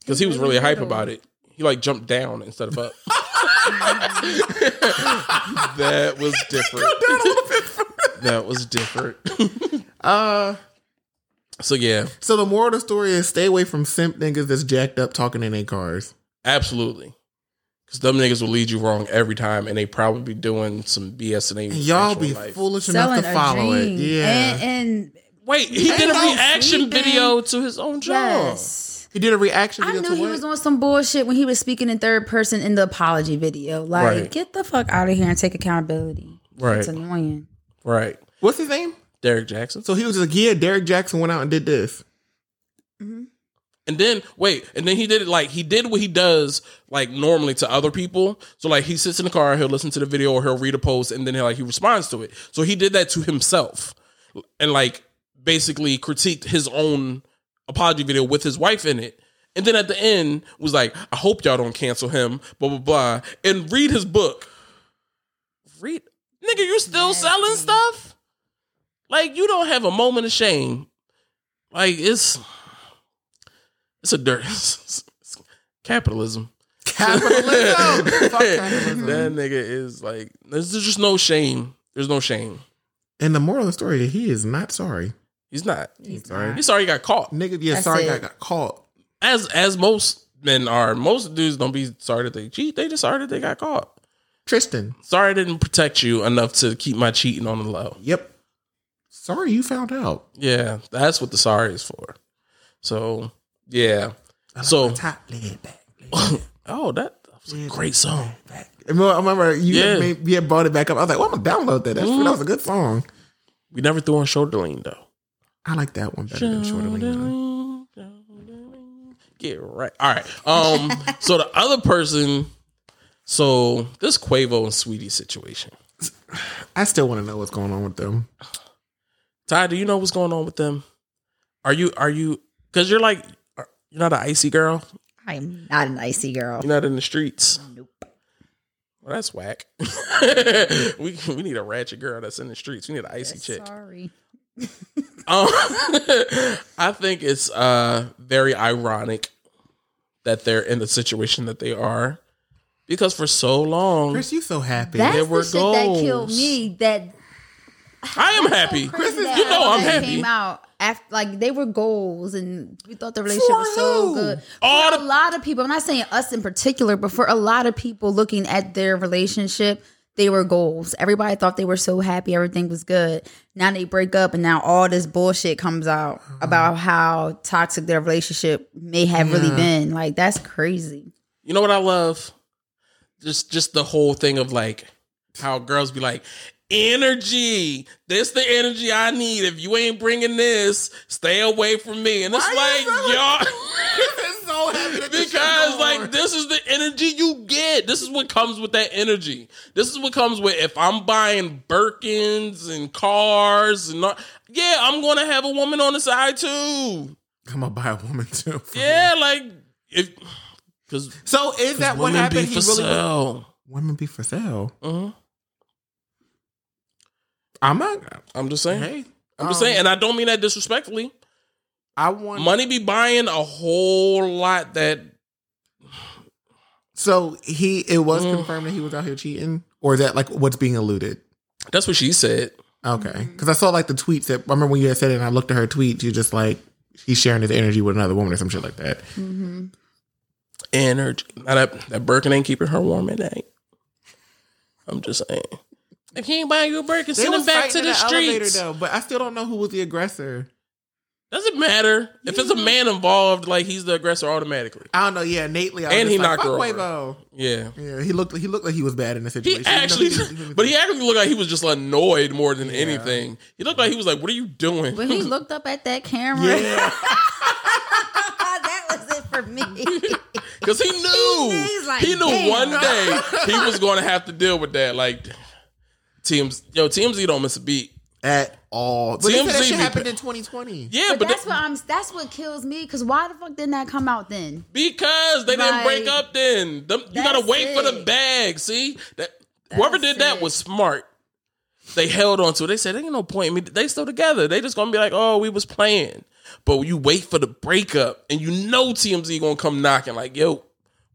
Because he was really hype about it. He like jumped down instead of up. that was different. that was different.
Uh,
So yeah,
so the moral of the story is stay away from simp niggas that's jacked up talking in their cars.
absolutely. Because them niggas will lead you wrong every time, and they probably be doing some BS in their
And y'all
actual
be
life.
foolish enough
Selling
to
a
follow it.
dream.
Yeah.
And, and
Wait, he did a
no
reaction
sleeping.
video to his own job.
yes.
he did a reaction
I
video
knew
to
he
what?
was on some bullshit when he was speaking in third person in the apology video. Like,
Right.
get the fuck out of here and take accountability.
Right.
It's annoying.
Right,
What's his name?
Derek Jackson.
So he was just like, yeah, Derek Jackson went out and did this.
And then wait, and then he did it like he did what he does like normally to other people. So like he sits in the car, he'll listen to the video or he'll read a post, and then he like he responds to it. So he did that to himself, and like basically critiqued his own apology video with his wife in it. And then at the end was like, I hope y'all don't cancel him, blah blah blah, and read his book. Read, nigga, you still selling stuff? Like you don't have a moment of shame. Like it's it's a dirt it's- it's capitalism.
Capitalism. Fuck capitalism.
That nigga is like there's there's just no shame. There's no shame.
And the moral of the story is he is not sorry.
He's not.
He's sorry.
He's sorry he got caught.
Nigga, yeah,
That's
sorry
it.
I got caught.
As as most men are. Most dudes don't be sorry that they cheat. They just sorry that they got caught.
Tristan.
Sorry I didn't protect you enough to keep my cheating on the low.
Yep. Sorry you found out.
Yeah, that's what the sorry is for. So yeah. So
Top lid back.
oh that, that was a great song.
I remember- I remember you
Yeah.
had, made, you had brought it back up. I was like, well, I'm going to download that. That's, That was a good song.
We never threw on shoulder lean though.
I like that one better than Shorter Lean.
Get right. All right. Um. so the other person. So this Quavo and Sweetie situation.
I still want to know what's going on with them.
Ty, do you know what's going on with them? Are you? Are you? Because you're like, are- you're not an icy girl.
I am not an icy girl.
You're not in the streets.
Nope.
Well, that's whack. we we need a ratchet girl that's in the streets. We need an icy chick.
Sorry.
Um, I think it's uh, very ironic that they're in the situation that they are because for so long,
Chris, you so happy.
That's
There
the
were
shit that killed
goals.
me. That
I am happy.
Chris
is-
you know I'm happy.
Came out after like they were goals, and we thought the relationship was so
who?
good.
All
for
the-
a lot of people, I'm not saying us in particular, but for a lot of people looking at their relationship, they were goals. Everybody thought they were so happy, everything was good. Now they break up, and now all this bullshit comes out about how toxic their relationship may have really been. Like that's crazy.
You know what I love? Just just the whole thing of like how girls be like, energy. This the energy I need. If you ain't bringing this, stay away from me. And it's
Why you so-
like, y'all.
Chris is so happy that this shit's
Because
going
like
on.
this is the energy you get. This is what comes with that energy. This is what comes with if I'm buying Birkins and cars and not, yeah, I'm gonna have a woman on the side
Mm-hmm.
too.
I'm gonna buy a woman too.
Yeah, like if because
So is that what
women be
happened?
for
He really
sale.
women be for sale.
Mhm.
I'm not.
I'm just saying.
Hey, um,
I'm just saying, and I don't mean that disrespectfully.
I want
Money be buying a whole lot that
So he, it was
Mm.
confirmed that he was out here cheating, or is that like what's being alluded?
that's what she said.
Okay, because I saw like the tweets that I remember when you had said it, and I looked at her tweets. You just like he's sharing his energy with another woman or some shit like that.
energy. Now that that Birkin ain't keeping her warm at night. I'm just saying. If he ain't buying you a Birkin, send him back to the streets.
though, but I still don't know who was the aggressor.
Doesn't matter if it's a man involved. Like he's the aggressor automatically.
I don't know. Yeah, Nately, I was
And
and
he
he like,
knocked her over."
"Fuck Quavo."
Yeah,
Yeah, he looked. He looked like he was bad in the
he
situation. even though
actually,
didn't do anything.
but he actually looked like he was just annoyed more than anything. He looked like he was like, "What are you doing?"
When he looked up at that camera,
yeah.
that was it for me.
Because he knew.
He's like,
he knew
"Damn."
one day he was going to have to deal with that. Like, TMZ, yo, TMZ don't miss a beat.
at all. But they said that
TMZ
shit
be-
happened in 2020.
Yeah,
But,
but,
that's
they-
what I'm. That's what kills me. Because why the fuck didn't that come out then?
because they didn't
Like,
break up then. Them- you got to
that's
wait for the
it.
bag. See? that Whoever
That's
did that
it.
was smart. They held on to it. They said, ain't no point in me. They still together. They just going to be like, oh, we was playing. But you wait for the breakup and you know TMZ going to come knocking like, yo,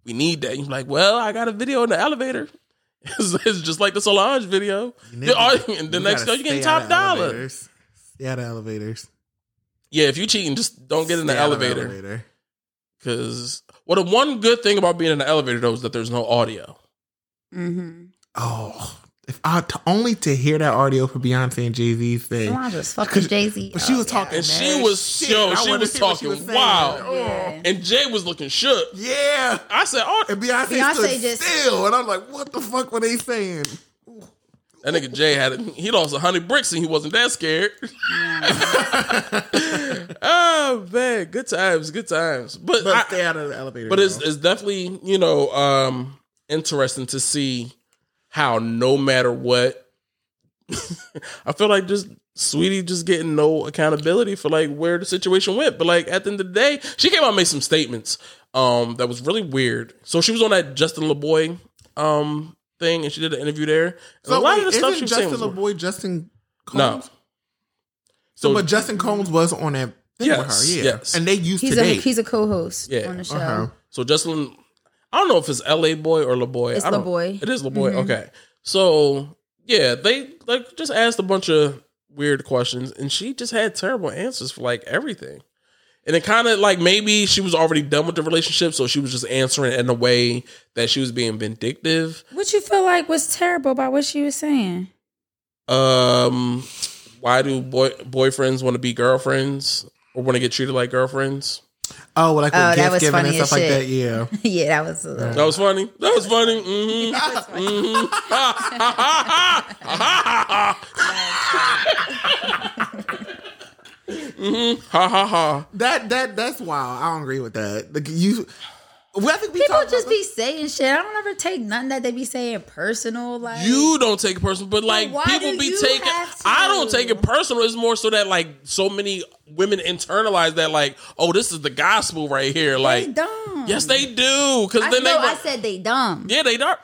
we need that. You're like, well, I got a video in the elevator. It's, it's just like the Solange video. The- oh, and the
You
next
gotta
day you getting
stay out
top
of
dollar.
elevators. Stay out of elevators.
Yeah, if you cheating, just don't get in the
Stay out of
elevator. Because well, the one good thing about being in the elevator though is that there's no audio.
Mm-hmm.
Oh, if I t- only to hear that audio for Beyonce and Jay Z's thing.
Solange was fucking Jay Z.
But she was talking.
And she
mad
was-
shit.
yo,
I
she
wanna
was
hear what
talking
saying.
wild.
Oh,
Yeah.
And Jay was looking shook.
Yeah.
I said, "Oh,
And Beyonce,
Beyonce
stood
just-
still, and I'm like, "What the fuck were they saying?"
that nigga Jay had it. He lost hundred bricks and he wasn't that scared." oh man, good times, good times. But
But
I-
stay out of the elevator.
but it's
though.
it's definitely you know um interesting to see how no matter what i feel like just sweetie just getting no accountability for like where the situation went but like at the end of the day she came out and made some statements um that was really weird so she was on that justin leboy um thing and she did an interview there and
so
a lot
wait,
of the stuff she
isn't
was saying
Justin
was
LeBoy Justin
no
Combs?
so
but Justin Combs was on that thing with her,
Yes,
yeah.
yes.
And they used
He's
to
a
date.
he's a co-host
Yeah.
on the show.
Uh-huh.
So Justin, I don't know if it's L.A. boy or LaBoy.
It's
I don't-
LaBoy.
It is LaBoy. Okay. So yeah, they like just asked a bunch of weird questions, and she just had terrible answers for like everything. And it kind of like maybe she was already done with the relationship, so she was just answering in a way that she was being vindictive.
What you feel like was terrible about what she was saying?
Um, why do boy boyfriends want to be girlfriends or want to get treated like girlfriends?
Oh, like with
Oh, that
gift
was
giving and
funny as
stuff like
shit.
that. Yeah.
yeah, that was a little.
That was funny. That was funny. hmm Ha ha ha.
that that that's wild. I don't agree with that. Like you, well, I think we
People
talked
just
about
be saying shit. I don't ever take nothing that they be saying personal. Like
You don't take it personal, but like
why
people
do
be
you
taking.
have to?
I don't take it personal. It's more so that like so many women internalize that like, oh, this is the gospel right here.
they
Like,
dumb.
yes, they do because
I,
then they.
no,
were-
I said they dumb.
yeah, they are.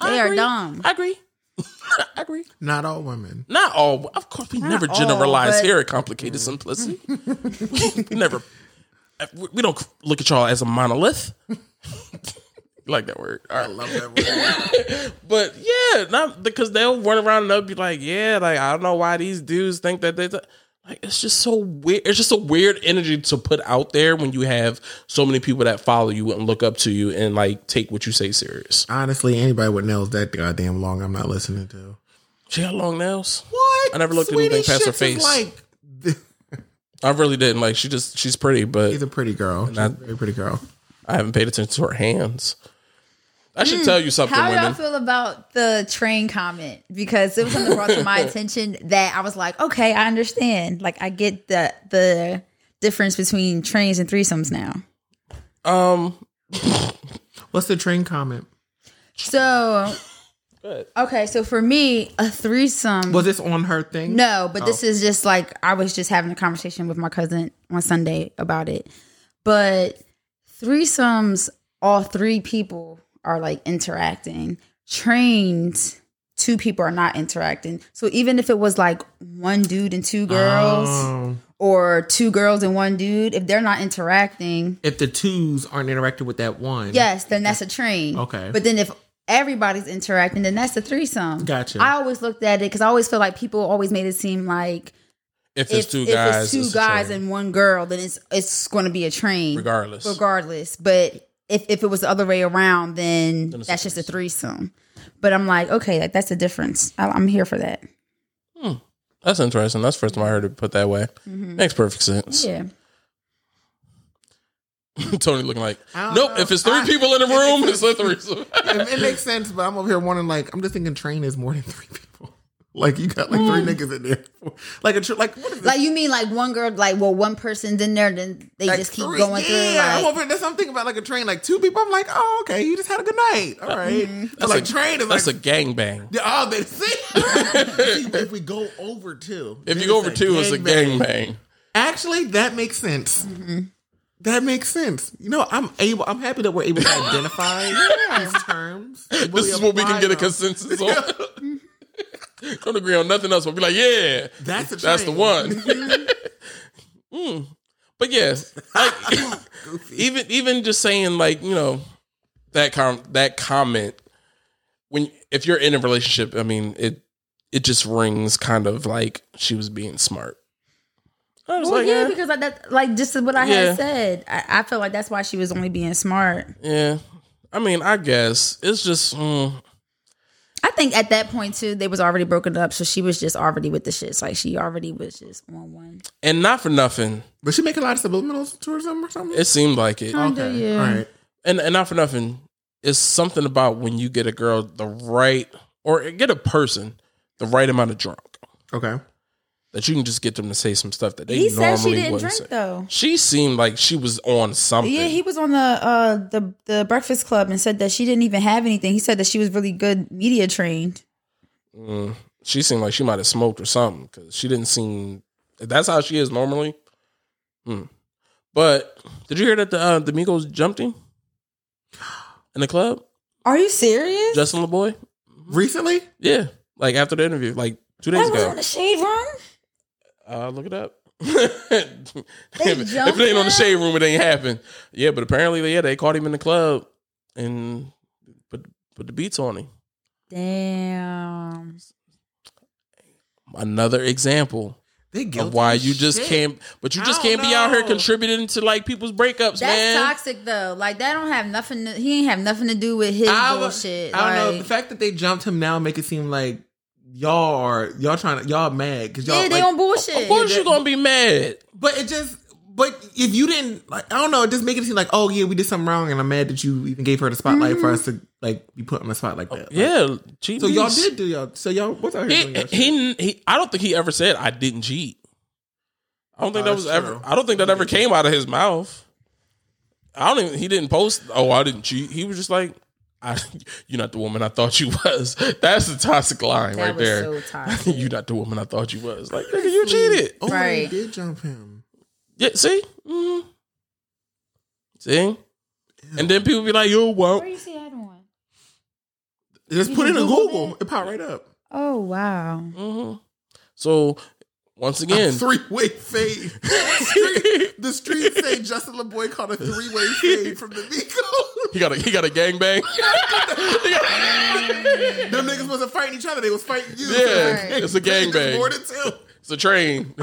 I
They are
agree.
dumb.
I agree. I agree.
this. not all women.
Not all. Of course, we never
all,
generalize
but-
here at Complicated Simplicity. we never. We don't look at y'all as a monolith. You like that word. All right.
Love that word.
But yeah, not because they'll run around and they'll be like, yeah, like I don't know why these dudes think that they. Like it's just so weird. It's just a weird energy to put out there when you have so many people that follow you and look up to you and like take what you say serious.
Honestly, anybody with nails that goddamn long, I'm not listening to.
She got long nails.
What?
I never looked at anything past her face.
Like,
I really didn't like. She just she's pretty, but
she's a pretty girl. She's a very pretty girl.
I haven't paid attention to her hands. I should tell you something,
Hmm. How do y'all
women.
feel about the train comment? Because it was something brought to my attention that I was like, okay, I understand. Like I get the the difference between trains and threesomes now.
um,
What's the train comment?
So
but
okay, so for me, a threesome
Was this on her thing?
No, but
Oh.
this is just like I was just having a conversation with my cousin on Sunday about it. But threesomes, all three people are like interacting. Trains, two people are not interacting. So even if it was like one dude and two girls,
Oh.
or two girls and one dude, if they're not interacting,
if the twos aren't interacting with that one.
yes, then that's a train.
Okay.
But then if everybody's interacting, then that's a threesome.
Gotcha.
I always looked at it because I always feel like people always made it seem like
if
if
it's two guys,
if it's two guys
and
and one girl, then it's it's going to be a train
regardless,
regardless. But if if it was the other way around, then
it's
that's just a threesome. But I'm like, okay, like that's the difference. I, I'm here for that.
that's interesting. That's the first time I heard it put that way.
Mm-hmm.
Makes perfect sense.
Yeah,
Tony looking like,
I don't
nope.
know.
If it's three
I-
people in the room, it's a threesome.
it, it makes sense, but I'm over here wondering, like, I'm just thinking train is more than three people. Like you got like
Mm.
three niggas in there, like a tr- like what is this?
Like you mean like one girl, like well, one person's in there, then they
Like
just keep
three-
going through.
Yeah, I'm
like-
over. That's something about like a train. Like two people. I'm like, oh okay, you just had a good night. All right.
Mm-hmm.
So, like
a-
train is like
That's a gangbang.
Yeah, oh, they see. if we go over two,
If
then
you go over two, it's a
gangbang.
gangbang.
Actually, that makes sense.
Mm-hmm.
That makes sense. You know, I'm able. I'm happy that we're able to identify these terms.
This is what we can get a
apply them.
consensus on. Don't agree on nothing else, but be like, yeah,
That's a
that's the
train.
one. Mm. But yes, like, even even just saying like you know that com- that comment when if you're in a relationship, I mean it it just rings kind of like she was being smart. I was
Well,
like, "Eh,
yeah,
yeah,
because I, that like this is what I
Yeah.
had said. I, I feel like that's why she was only being smart.
yeah. I mean, I guess it's just mm,
I think at that point too, they was already broken up, so she was just already with the shits. Like she already was just on one.
and not for nothing.
But she making a lot of subliminals towards them or something.
It seemed like it.
okay, all right.
and and not for nothing, it's something about when you get a girl the right or get a person the right amount of drunk
Okay.
that you can just get them to say some stuff that they
He
normally
said she didn't
wouldn't
drink
say.
though.
She seemed like she was on something.
Yeah, he was on the uh the the Breakfast Club and said that she didn't even have anything. He said that she was really good media trained.
Mm. she seemed like she might have smoked or something because she didn't seem. If that's how she is normally. Mm. But did you hear that the uh, the Migos jumped him in the club?
Are you serious?
Justin LeBoy.
Recently,
Yeah, like after the interview, like two days
that was
ago.
on the shade room.
Uh, look it up. if, if
jumped
it ain't on
him?
the shade room, it ain't happened. Yeah, but apparently, yeah, they caught him in the club and put put the beats on him.
Damn.
Another example
they
of
guilty
why
as
you just
shit.
can't, but you
I
just
don't
can't be out here
know.
contributing to like people's breakups,
That's
man.
toxic though. Like that don't have nothing. To, he ain't have nothing to do with his
I, w-
bullshit.
I don't know.
like-
The fact that they jumped him now make it seem like y'all are y'all trying to y'all mad because y'all
yeah, they
like,
on
Of
bullshit.
course, you gonna be mad.
But it just, but if you didn't, like, I don't know, it just make it seem like, oh yeah, we did something wrong, and I'm mad that you even gave her the spotlight for us
Mm-hmm.
to like be put on the spot like that. Like,
Oh, Yeah, cheat.
So y'all
beats.
did do y'all. So y'all, what's out here
He,
doing y'all shit?
he he. I don't think he ever said I didn't cheat. I don't think
Oh,
that was
that's true.
ever. I don't think that ever came out of his mouth. I don't even. He didn't post. Oh, I didn't cheat. He was just like, I, "You're not the woman I thought you was." That's the toxic line
That
right
was
there.
so toxic.
You're not the woman I thought you was. Like, nigga, you cheated.
Oh,
Right.
they did jump him.
Yeah. See. Mhm. See. And then people be like, "Yo, well,
Where you see that one?
Just put it in
can
Google.
Google
It. popped right up.
Oh wow.
mhm." so." Once
A
again,
three-way fade. the streets say Justin LeBoy caught a three-way fade from the Migos.
he got a he got a gangbang. he got a-
Them niggas wasn't fighting each other; they was fighting you.
Yeah,
Like,
it's a
they just
gangbang.
More than two.
It's a train.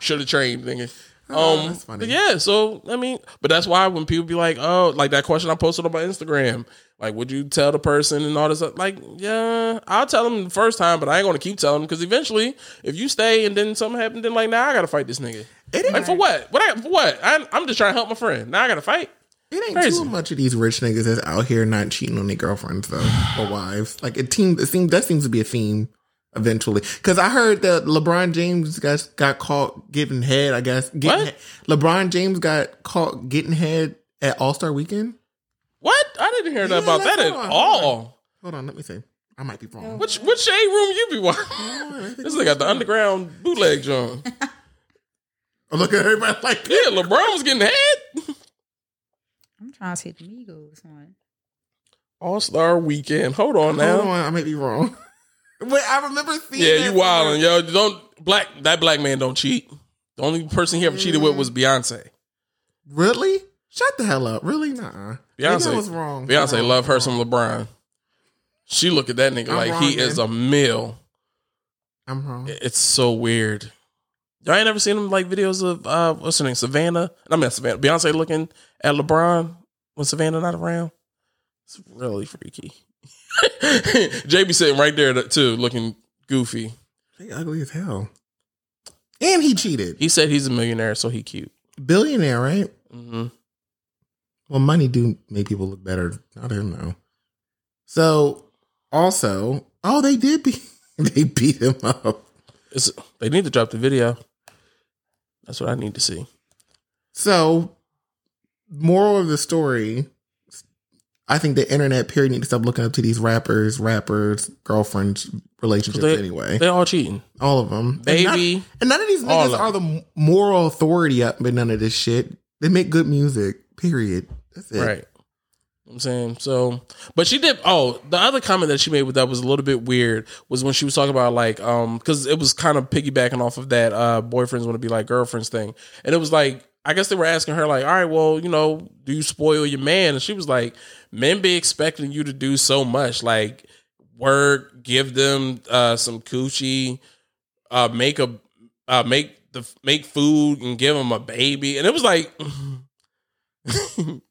Should have trained, nigga. Um,
Oh, that's funny.
but yeah. So I mean, but that's why when people be like, "Oh, like that question I posted on my Instagram, like, would you tell the person and all this?" stuff? Like, yeah, I'll tell them the first time, but I ain't gonna keep telling them because eventually, if you stay and then something happened, then like, now nah, I gotta fight this nigga.
It ain't
Like for what? What? I, for what? I, I'm just trying to help my friend. Now I gotta fight.
It ain't
Crazy.
too much of these rich niggas that's out here not cheating on their girlfriends though or wives. Like it team it seems that seems to be a theme eventually. Cause I heard that LeBron James got got caught getting head, I guess. Getting
What?
he- LeBron James got caught getting head at All Star Weekend.
What? I didn't hear
Yeah,
that about
let's
that at
go on.
all.
Hold on, let me see. I might be wrong.
Which which shade room you be watching? this nigga got the underground bootleg John.
Oh, look at everybody like
Yeah, LeBron was getting head.
I'm trying to see the Migos one.
All Star Weekend. Hold on now.
Hold on, I might be wrong. Wait, I remember seeing
Yeah,
that
you wildin',
somewhere.
yo. Don't black that black man don't cheat. The only person he ever cheated
Mm-hmm.
with was Beyonce.
Really? Shut the hell up. Really? Nah. Maybe I
Beyonce
was wrong.
Beyonce
Wrong.
love her some LeBron. She look at that nigga
Uh-huh. I'm
like
wrong,
he
man.
is a meal.
I'm wrong.
It's so weird. Y'all ain't ever seen them like videos of uh what's her name? Savannah. I mean Savannah. Beyonce looking at LeBron when Savannah not around. It's really freaky. JB sitting right there too, looking goofy.
They ugly as hell. And he cheated.
He said he's a millionaire, so he cute.
Billionaire, right?
hmm
Well, money do make people look better. Not him though. So also, oh, they did be They beat him up.
It's, they need to drop the video. That's what I need to see.
So, moral of the story, I think the internet period need to stop looking up to these rappers, rappers, girlfriends, relationships
They-
anyway.
They're all cheating.
all of them.
Baby.
And, not- and none of these
All
niggas
of
are the moral authority up in none of this shit. They make good music, period. That's it.
Right. I'm saying so, but she did. Oh, the other comment that she made with that was a little bit weird. Was when she was talking about like, um, because it was kind of piggybacking off of that uh, boyfriends want to be like girlfriends thing, and it was like, I guess they were asking her like, all right, well, you know, do you spoil your man? And she was like, men be expecting you to do so much, like work, give them uh, some coochie, uh, make a, uh, make the make food and give them a baby, and it was like.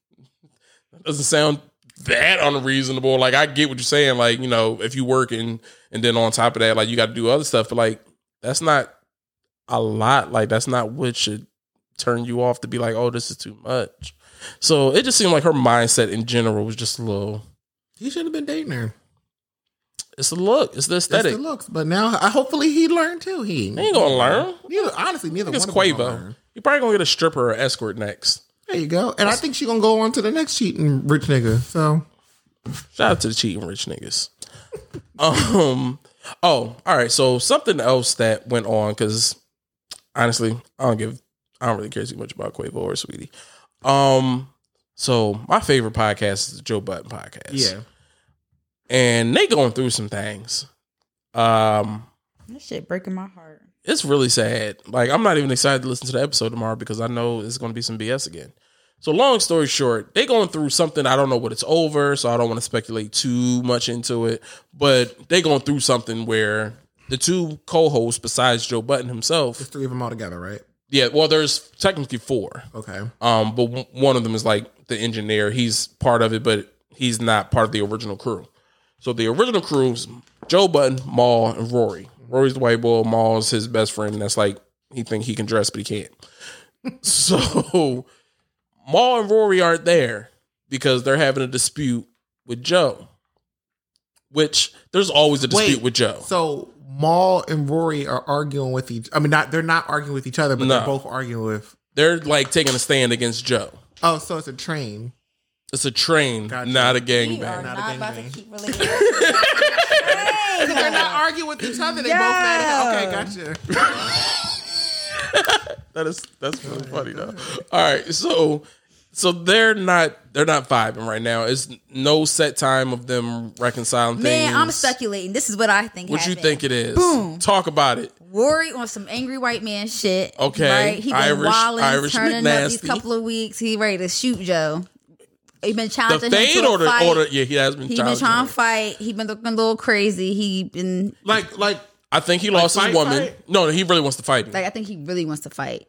doesn't sound that unreasonable. Like I get what you're saying. Like you know, if you work and and then on top of that, like you got to do other stuff. But like that's not a lot. Like that's not what should turn you off to be like, oh, this is too much. So it just seemed like her mindset in general was just a little.
He should have been dating her.
It's the look. It's the
That's
aesthetic.
the looks. But now, I, hopefully, he learned too. He,
He ain't gonna learn.
Neither, honestly, neither
It's
one of them gonna
Quavo.
learn.
You probably gonna get a stripper or escort next.
There you go. And I think she gonna go on to the next cheating rich nigga. So
Shout out to the cheating rich niggas. Um. Oh, all right. So something else that went on because honestly, I don't give. I don't really care too much about Quavo or Sweetie. Um. So my favorite podcast is the Joe Button podcast. And they going through some things. Um.
That shit breaking my heart.
It's really sad. Like I'm not even excited to listen to the episode tomorrow because I know it's going to be some BS again. So long story short, they going through something. I don't know what it's over, so I don't want to speculate too much into it. But they going through something where the two co-hosts, besides Joe Button himself,
There's three of them all together, right?
yeah, well, there's technically four.
Okay.
Um, but w- one of them is like the engineer. He's part of it, but he's not part of the original crew. So the original crew's Joe Button, Maul, and Rory. Rory's the white boy. Maul's his best friend. That's like he think he can dress, but he can't. so Maul and Rory aren't there because they're having a dispute with Joe. Which there's always a dispute with Joe.
So Maul and Rory are arguing with each. I mean, not they're not arguing with each other, but
No.
they're both arguing with.
they're like taking a stand against Joe.
Oh, so it's a train.
It's a train,
Gotcha.
not a
We are
gangbang.
Not
not,
a gangbang.
about to keep relating. Dang.
They're not arguing with each other. They
Yeah.
both mad. At, okay, gotcha.
that is that's really funny though. All right, so so they're not they're not vibing right now. It's no set time of them reconciling things.
Man, I'm speculating. This is what I think.
What you
happened.
think it is?
Boom.
Talk about it.
Worry on some angry white man shit.
Okay.
right? He been
Irish-
wilding,
Irish
turning up these
McNasty.
couple of weeks. He ready to shoot Joe. He been
The
challenging him
fade
to a
order
fight.
order. Yeah, he has been.
He
trying
been
to-
trying to fight. He been looking a little crazy. He been
Like, like
I think he lost
fight,
his woman.
fight?
No, he really wants to fight. me.
like I think he really wants to fight.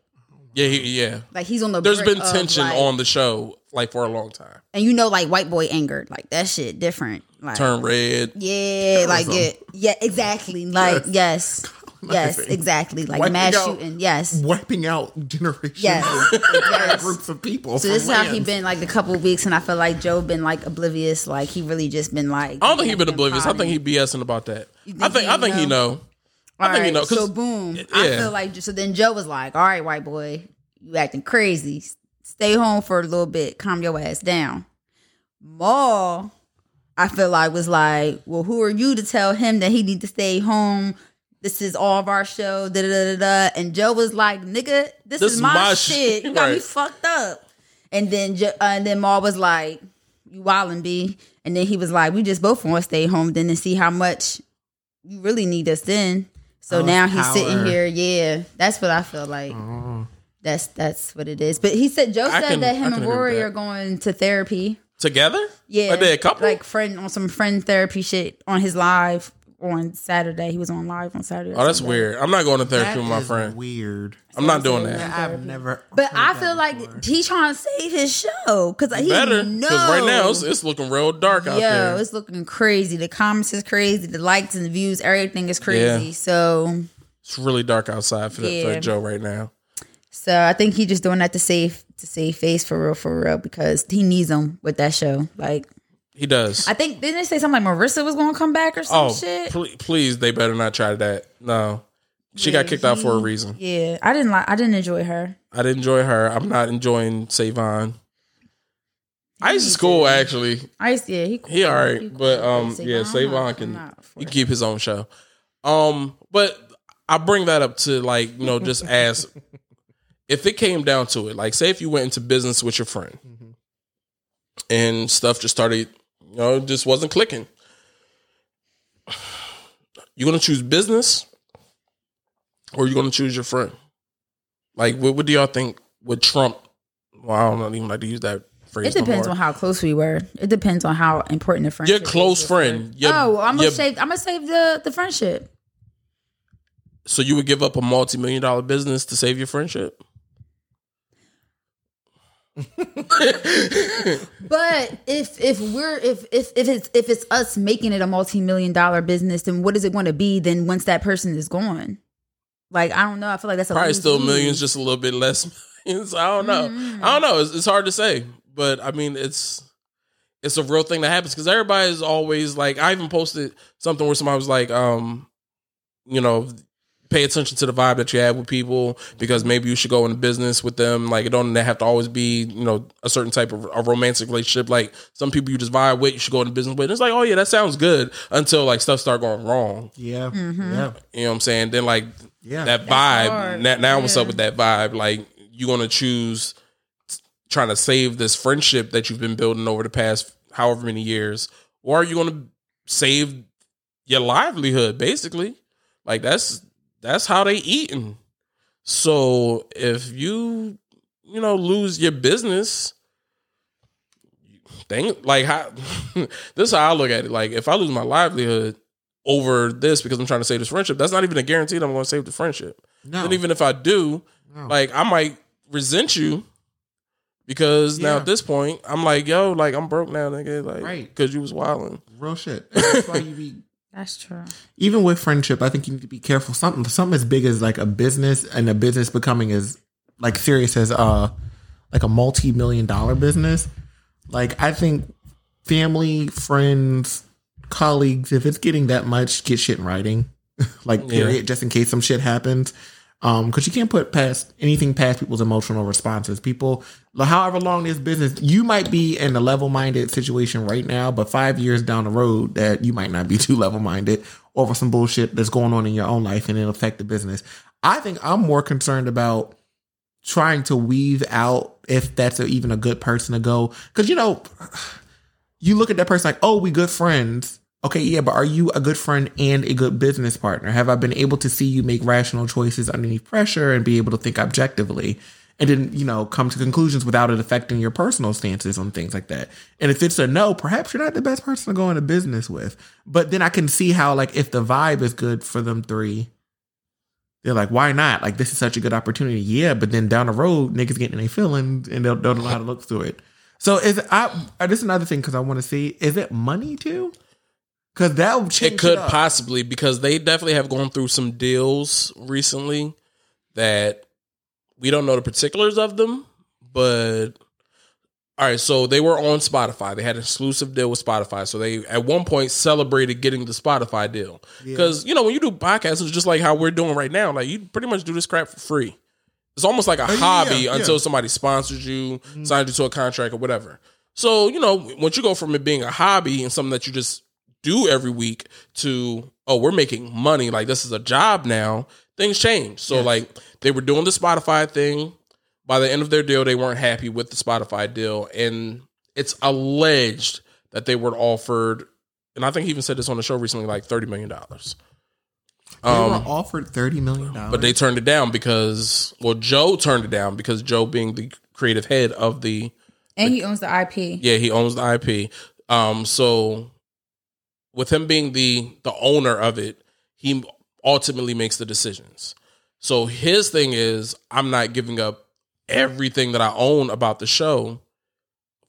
yeah, he, yeah.
Like he's on the.
There's
brink
been
of,
tension
uh, like-
on the show like for a long time.
and you know, like white boy angered, like that shit different. Like
Turn red.
yeah, like it, yeah, exactly. Like yes, yes,
Colonizing.
exactly. Like
Wiping
mass
out-
shooting. Yes,
wiping out generations,
Yes.
of entire
Yes.
groups of people.
So this is how he been like the couple of weeks, and I feel like Joe been like oblivious. Like he really just been like.
I don't think he been oblivious. I think he BSing about that. I think I
he
think he know. I think he know. 'cause-
So boom, I
Yeah.
feel like so. Then Joe was like, "All right, white boy, you acting crazy. Stay home for a little bit. Calm your ass down." Maul, I feel like was like, "Well, who are you to tell him that he need to stay home?" This is all of our show, da da da da. da." And Joe was like, "Nigga, this, is my,
sh-
shit. You got me
Right.
fucked up." And then Jo- uh, and then Maul was like, "You wildin' b." And then he was like, "We just both want to stay home then and see how much you really need us then." So
Oh,
now he's
power.
sitting here. Yeah, that's what I feel like. That's that's what it is. But he said Joe
Oh. I
said
can-
that
I
him
can
and
agree with
Rory
that.
are going to therapy.
together.
Yeah,
are they a couple?
like friend on some friend therapy shit on his live on Saturday. He was on live on Saturday. or
oh, that's
something.
weird. I'm not going to therapy
That
with my
is
friend.
Weird.
I'm not doing that.
I've never.
But I feel like he trying to save his show because he
better
knows.
because right now it's, it's looking real dark out
Yo,
there.
it's looking crazy. The comments is crazy. The likes and the views, everything is crazy.
Yeah.
So,
It's really dark outside for, for
Yeah.
Joe right now.
so I think he just doing that to save to save face for real, for real, because he needs them with that show. Like
He does.
I think didn't they say something like Marissa was gonna come back or some
oh,
shit?
ple- please, they better not try that. No, she got
Yeah,
kicked out for a
he-
reason.
Yeah, I didn't like. I didn't enjoy her.
I didn't enjoy her. I'm not enjoying Savon. Ice is cool, actually.
I used yeah, he cool.
He all right,
He cool.
but um,
Savon,
yeah,
I'm not-
Savon
I'm
can
not for
he
it.
keep his own show. Um, but I bring that up to like you know just ask if it came down to it. Like, say if you went into business with your friend and stuff just started, you know, just wasn't clicking. You gonna choose business, or you gonna choose your friend? Like, what, what do y'all think would trump? Well, I don't even like to use that phrase.
It depends
no more.
on how close we were. It depends on how important
your
the friendship.
close
is.
friend. Your,
oh, I'm gonna
your-
save. I'm gonna save the the friendship.
So you would give up a multi million dollar business to save your friendship?
But if if we're if if if it's if it's us making it a multi million dollar business, then what is it going to be? Then once that person is gone, like I don't know. I feel like that's a
Probably
lose-lose.
still millions, just a little bit less. Millions. I don't know. I don't know. It's, it's hard to say, but I mean, it's it's a real thing that happens because everybody is always like. I even posted something where somebody was like, um, you know, pay attention to the vibe that you have with people because maybe you should go into business with them. Like it don't have to always be, you know, a certain type of a romantic relationship. Like some people you just vibe with, you should go into business with. And it's like, oh yeah, that sounds good until like stuff start going wrong.
Yeah.
Mm-hmm.
Yeah.
You know what I'm saying? Then like
Yeah.
that vibe.
hard.
Now, now what's up
Yeah.
with that vibe? Like you gonna choose trying to save this friendship that you've been building over the past however many years, or are you gonna save your livelihood basically? Like that's that's how they eating. So if you you know lose your business, thing like how this is how I look at it. Like if I lose my livelihood over this because I'm trying to save this friendship, that's not even a guarantee that I'm going to save the friendship.
No.
And even if I do,
No.
like I might resent you because now
Yeah.
at this point I'm like, yo, like I'm broke now, nigga, like
Right.
because you was wilding.
Real shit. That's why you be
That's true.
even with friendship, I think you need to be careful. Something something as big as like a business and a business becoming as like serious as uh like a multi million dollar business. Like I think family, friends, colleagues, if it's getting that much, get shit in writing. like period, just in case some shit happens. Um, because you can't put past anything past people's emotional responses. People, however long this business, you might be in a level minded situation right now, but five years down the road, that you might not be too level minded over some bullshit that's going on in your own life and it'll affect the business. I think I'm more concerned about trying to weave out if that's a, even a good person to go. Because, you know, you look at that person like, oh, we good friends. Okay, yeah, but are you a good friend and a good business partner? Have I been able to see you make rational choices underneath pressure and be able to think objectively? And then, you know, come to conclusions without it affecting your personal stances on things like that. And if it's a no, perhaps you're not the best person to go into business with. But then I can see how, like, if the vibe is good for them three, they're like, why not? Like, this is such a good opportunity. Yeah, but then down the road, niggas getting their feelings and they'll, they'll know how to look through it. So is I uh, this is another thing because I want to see is it money too? Because that would change
It could
up.
possibly because they definitely have gone through some deals recently that we don't know the particulars of them, but all right, so they were on Spotify. They had an exclusive deal with Spotify. So they at one point celebrated getting the Spotify deal. Because, you know, when you do podcasts, it's just like how we're doing right now. Like you pretty much do this crap for free. It's almost like a
Uh, yeah,
hobby
yeah. Mm-hmm.
until somebody sponsors you, signs you to a contract or whatever. So, you know, once you go from it being a hobby and something that you just do every week to oh we're making money like this is a job now things change so like they were doing the spotify thing by the end of their deal they weren't happy with the spotify deal and it's alleged that they were offered and i think he even said this on the show recently like 30 million dollars Um,
They were offered thirty million dollars,
but they turned it down because well joe turned it down because joe being the creative head of the
And he owns the IP.
yeah, he owns the IP. Um, so with him being the the owner of it, he ultimately makes the decisions. So his thing is, I'm not giving up everything that I own about the show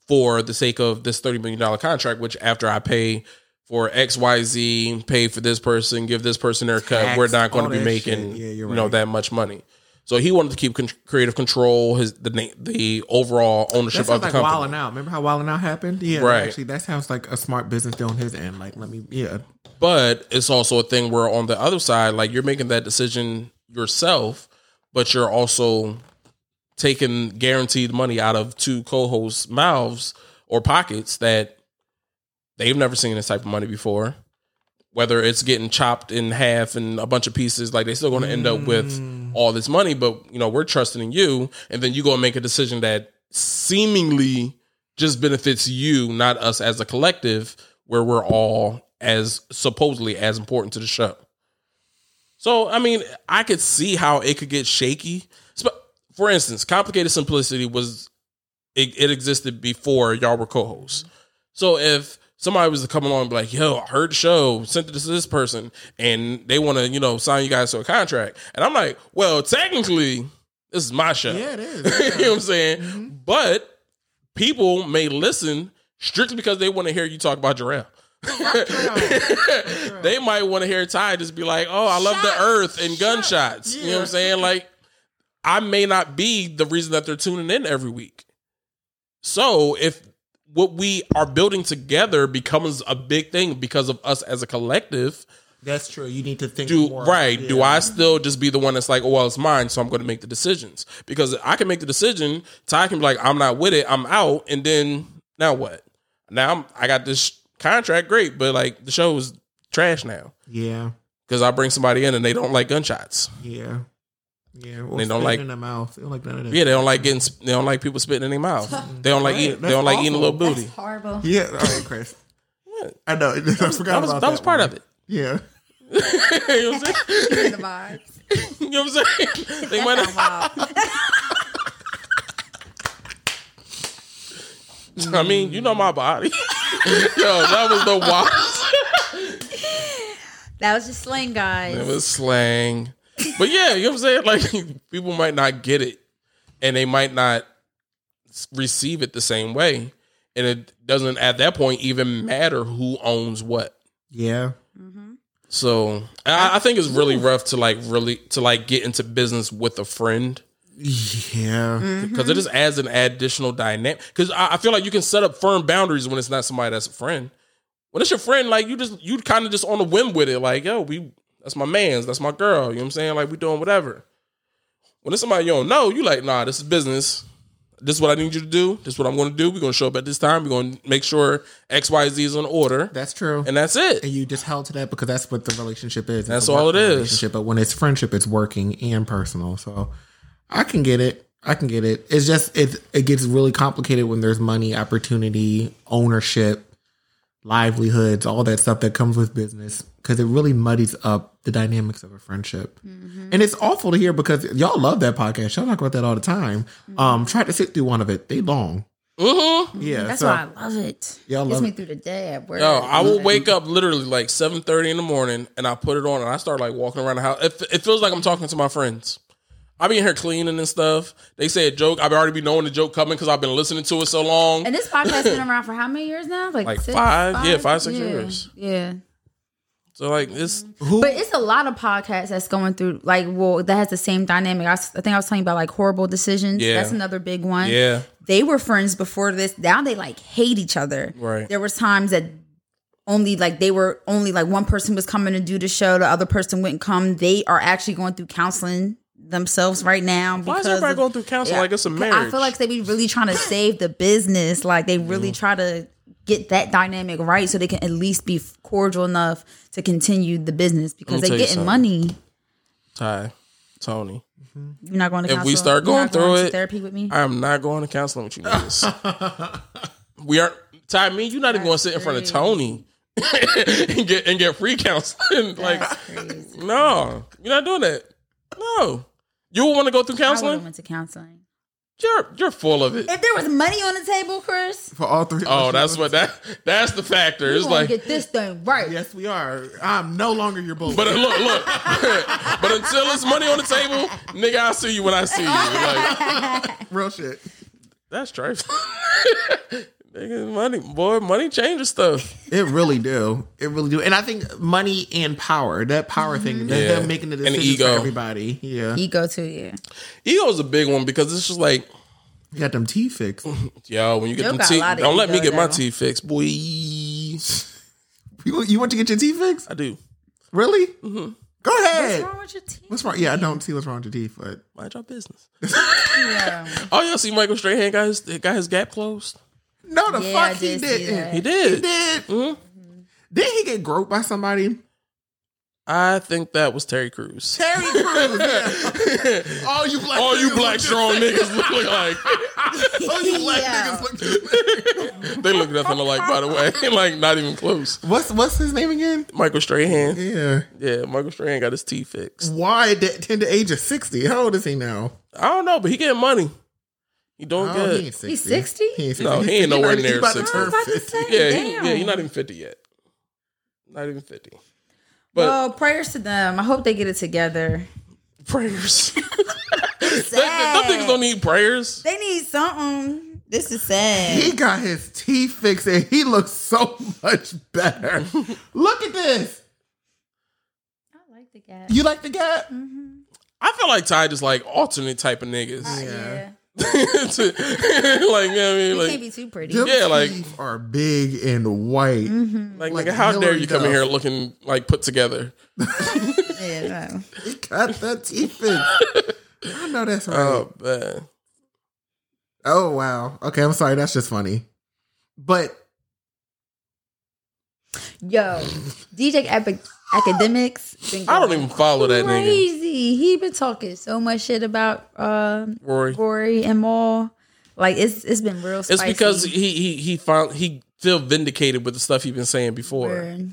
for the sake of this thirty million dollar contract. Which after I pay for X, Y, Z, pay for this person, give this person their cut,
Tax,
we're not going
all
to be
that
making
shit. Yeah,
you
you're
know
right.
that much money. So he wanted to keep con- creative control, his the na- the overall ownership
That
of
sounds
the
like
company.
wilding out. Remember how wilding out happened? Yeah,
Right.
Actually, that sounds like a smart business deal on his end. Like, let me, yeah,
But it's also a thing where on the other side, like you're making that decision yourself, but you're also taking guaranteed money out of two co-hosts' mouths or pockets that they've never seen this type of money before. Whether it's getting chopped in half and a bunch of pieces, like they're still going to end up with all this money. But you know, we're trusting in you, and then you go and make a decision that seemingly just benefits you, not us as a collective, where we're all as supposedly as important to the show. So, I mean, I could see how it could get shaky. Sp- For instance, complicated simplicity was it, it existed before y'all were co-hosts. So if somebody was to come along and be like, "Yo, I heard the show, sent this to this person, and they want to, you know, sign you guys to a contract," and I'm like, "Well, technically, this is my show."
yeah, it is.
you know what I'm saying? But people may listen strictly because they want to hear you talk about Jarrell. they might want to hear Ty just be like, "Oh, I love the earth and gunshots." You know what I'm saying? Like, I may not be the reason that they're tuning in every week. So if what we are building together becomes a big thing because of us as a collective,
That's true. You need to think.
do
more.
right do
Yeah.
i still just be the one that's like oh well it's mine so i'm going to make the decisions because i can make the decision ty can be like i'm not with it i'm out and then now what now I'm, i got this contract great but like the show is trash now
Yeah,
because i bring somebody in and they don't like gunshots
yeah, yeah. Or
They don't
spit
like-
in the mouth. They don't like none of that.
yeah they don't like getting they don't like people spitting in their mouth they don't like
Right,
eating they
that's
don't like eating a
awful.
little booty
That's horrible.
Yeah. All right, Chris. I know. I forgot
that was,
about
that
that
was part
one.
of it
Yeah.
you know what i'm saying
the vibes.
you know what i'm saying they went
Wow.
I mean, you know my body. Yo, that was the wild.
That was just slang, guys.
It was slang. But yeah, you know what I'm saying? Like people might not get it and they might not s- receive it the same way. And it doesn't at that point even matter who owns what.
Yeah.
So I, I think it's really rough to like really to like get into business with a friend
Yeah.
because it just adds an additional dynamic. Because I, I feel like you can set up firm boundaries when it's not somebody that's a friend. When it's your friend, like you just you kind of just on a whim with it. Like yo, we that's my man's, that's my girl. You know what I'm saying? Like we doing whatever. When it's somebody you don't know, you like nah, this is business. This is what I need you to do. This is what I'm going to do. We're going to show up at this time. We're going to make sure X Y Z is on order,
That's true.
and that's it.
and you just held to that because that's what the relationship is. It's
That's
a
all
working
it is.
Relationship, but when it's friendship, it's working and personal. So I can get it. I can get it. It's just it it gets really complicated when there's money, opportunity, ownership, livelihoods, all that stuff that comes with business because it really muddies up the dynamics of a friendship. And it's awful to hear because y'all love that podcast. Y'all talk about that all the time. Um, try to sit through one of it. They long.
Mm-hmm.
Yeah,
That's
so
why I love it.
y'all
Gets
love
me
it.
through the day at work.
Yo, Oh, I will wake up literally like 7:30 in the morning, and I put it on, and I start like walking around the house. It, it feels like I'm talking to my friends. I be in here cleaning and stuff. They say a joke. I've already been knowing the joke coming because I've been listening to it so long.
And this podcast been around for how many years now? Like,
Like
six,
five? Yeah, five, six
yeah.
years.
Yeah.
So like
Mm-hmm.
this,
Who
But it's a lot of podcasts that's going through like well that has the same dynamic. I, s- I think I was talking about like horrible decisions.
Yeah.
That's another big one.
yeah,
They were friends before this. Now they like hate each other.
Right.
There was times that only like they were only like one person was coming to do the show, the other person wouldn't come. They are actually going through counseling themselse's right now.
Why is
because
everybody
of-
going through counseling like it's a
I
marriage?
feel like they be really trying to save the business. Like they really try to get that dynamic right so they can at least be cordial enough to continue the business because
Let me
they
tell you
getting
something.
money.
Ty, Tony,
You're not going to
If we
counseling?
start
You're not
going through
to
it,
therapy with me.
I am not going to counseling with you niggas. we are Ty. Me, you're not even going to sit in front of Tony and get and get free counseling. like
Crazy.
no, you're not doing that. No, you want to go through
I would
counseling?
have went to counseling.
You're you're full of it.
If there was money on the table, Chris,
for all three? of
Oh,
us,
that's
y'all-
what that that's the factor.
we
It's
gonna
like
get this thing right.
Yes, we are. I'm no longer your bully.
but uh, look, look. but until it's money on the table, nigga, I'll see you when I see you. Like,
Real shit.
that's trifling. Nigga, money, boy, money changes stuff.
It really do. It really do. And I think money and power, that power thing, that
Yeah.
them making the
And
decisions
ego.
for everybody. Yeah.
Ego too, yeah.
Ego's a big one because it's just like,
You got them teeth fixed.
yo, when you get
Yo
them
got a
teeth,
lot of
don't let me
ego,
get my
though.
teeth fixed, boy. I
You, you want to get your teeth fixed?
do.
Really? Go ahead.
What's wrong with your teeth?
What's wrong? Yeah, I don't see what's wrong with your teeth, but
Mind your business.
Yeah.
Oh, y'all see Michael Strahan got his got his gap closed.
no, the
Yeah, I
fuck he
did see
didn't.
that.
He did.
He did.
Mhm.
Did he get groped by somebody?
I think that was Terry Crews.
Terry Crews. yeah. All you black.
All you
niggas
black
look
strong
the
niggas look like
same. All you black
Yeah.
niggas look. the same.
they look nothing alike. By the way, like not even close.
What's what's his name again?
Michael Strahan.
Yeah.
Yeah, Michael Strahan got his teeth fixed.
Why at that tender age of sixty? How old is he now?
I don't know, but he getting money. He doing
Oh,
good.
he ain't sixty.
He's 60?
He ain't 60.
No, he ain't nowhere near 60.
I was about to say,
yeah, he,
damn.
yeah, he's not even fifty yet. Not even fifty. But
well, prayers to them. I hope they get it together.
prayers. Them niggas don't need prayers.
They need something. This is sad.
He got his teeth fixed and he looks so much better. Look at this.
I like the guy.
You like the gap?
I feel like Ty just like alternate type of niggas.
Yeah.
To- like, you know what I mean?
You
Like,
can't be too pretty.
Them
Yeah, like-
teeth are big and white.
Mm-hmm.
Like,
Like
nigga, how
Hillary
dare you come in
Duff.
here looking like put together?
Yeah, no.
He got the teeth fixed. I know that's right.
Oh man,
oh wow. Okay, I'm sorry. That's just funny. But
Yo, DJ Epic Academics. been
I don't
going
even follow that nigga,
Crazy. He been talking so much shit about um,
Rory.
Rory and Maul. Like it's it's been real.
It's
Spicy.
because he he he found he feel vindicated with the stuff he's been saying before.
Word.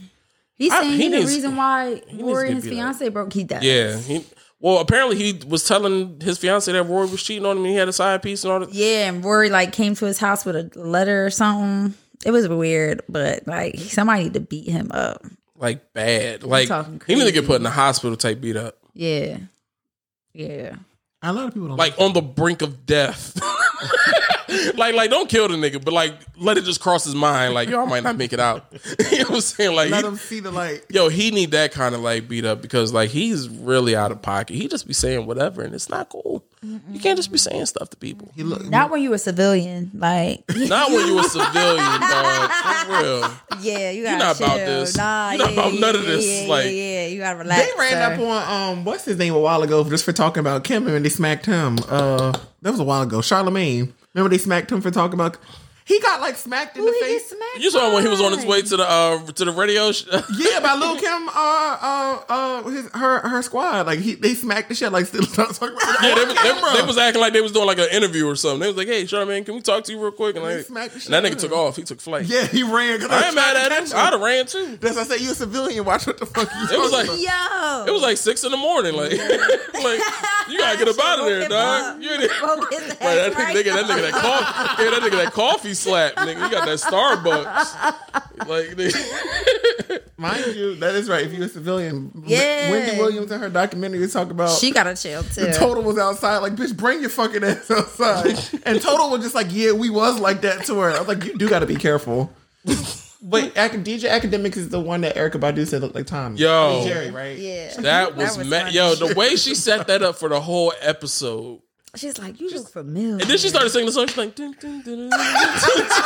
He's
I-
saying
he
he the
needs-
reason why
to
Rory
get
and his
beat up.
fiance broke. He does.
Yeah. He, well, apparently he was telling his fiance that Rory was cheating on him. and He had a side piece and all that.
Yeah, and Rory like came to his house with a letter or something. It was weird, but like somebody need to beat him up.
Like bad. Like
talking
he need to
crazy.
get put in a hospital type beat up.
Yeah. Yeah.
a lot of people don't
Like on the brink of death. like like don't kill the nigga, but like let it just cross his mind. Like y'all might not make it out. you know what I'm saying? Like
let
he-
them see the light.
Yo, he need that kind of like beat up because like he's really out of pocket. He just be saying whatever, and it's not cool. You can't just be saying stuff to people.
He look.
Not when you were a civilian. Like
Not when you a civilian, dog. For real.
Yeah, you gotta
not
chill.
about this.
Nah,
You not
yeah,
about
yeah,
none of
yeah,
this,
Yeah,
like-
yeah, yeah, you gotta relax.
They ran up
sir.
on um what's his name a while ago just for talking about Kim and they smacked him. Uh, that was a while ago. Charlemagne. Remember they smacked him for talking about. He got like smacked in
Who
the
he
face.
get smacked
You saw when he was on his
by?
way to the uh to the radio. Sh-
Yeah, by Lil Kim, uh, uh, uh, his, her, her squad, like he, they smacked the shit, like still talking about.
Yeah, they, they, they was acting like they was doing like an interview or something. They was like, "Hey, Charmaine, can we talk to you real quick?" And,
They
like,
smacked the
and
shit
that
out
nigga
of
took
him.
off. He took flight.
Yeah, he ran. 'cause
I ain't
they
mad
tried to
at him.
catch
I'd have ran too.
That's what I said. You a civilian. Watch what the fuck you.
It was like-
talking
Yo.
It was like six in the morning. Like, like you gotta get up out of
Woke
there,
him
dog.
up.
You ain't-
Woke his ass
Right, that nigga,
right
nigga, that
up.
nigga, that coffee, yeah, that nigga, that coffee slap, nigga. You got that Starbucks, like, nigga.
about. mind you, that is right. If you a civilian,
Yeah.
Wendy Williams in her documentary talk about
She gotta chill too.
Total was outside, like, bitch, bring your fucking ass outside. and Total was just like, yeah, we was like that to her. I was like, you do got to be careful. But Ac- DJ Academics is the one that Erica Badu said looked like Tom.
Yo.
Jerry, right?
yeah.
that was,
was
ma-
funny.
yo. The way she set that up for the whole episode,
She's like, you look familiar.
and then she started singing the song. She's like, dun, dun, dun, dun, dun, dun.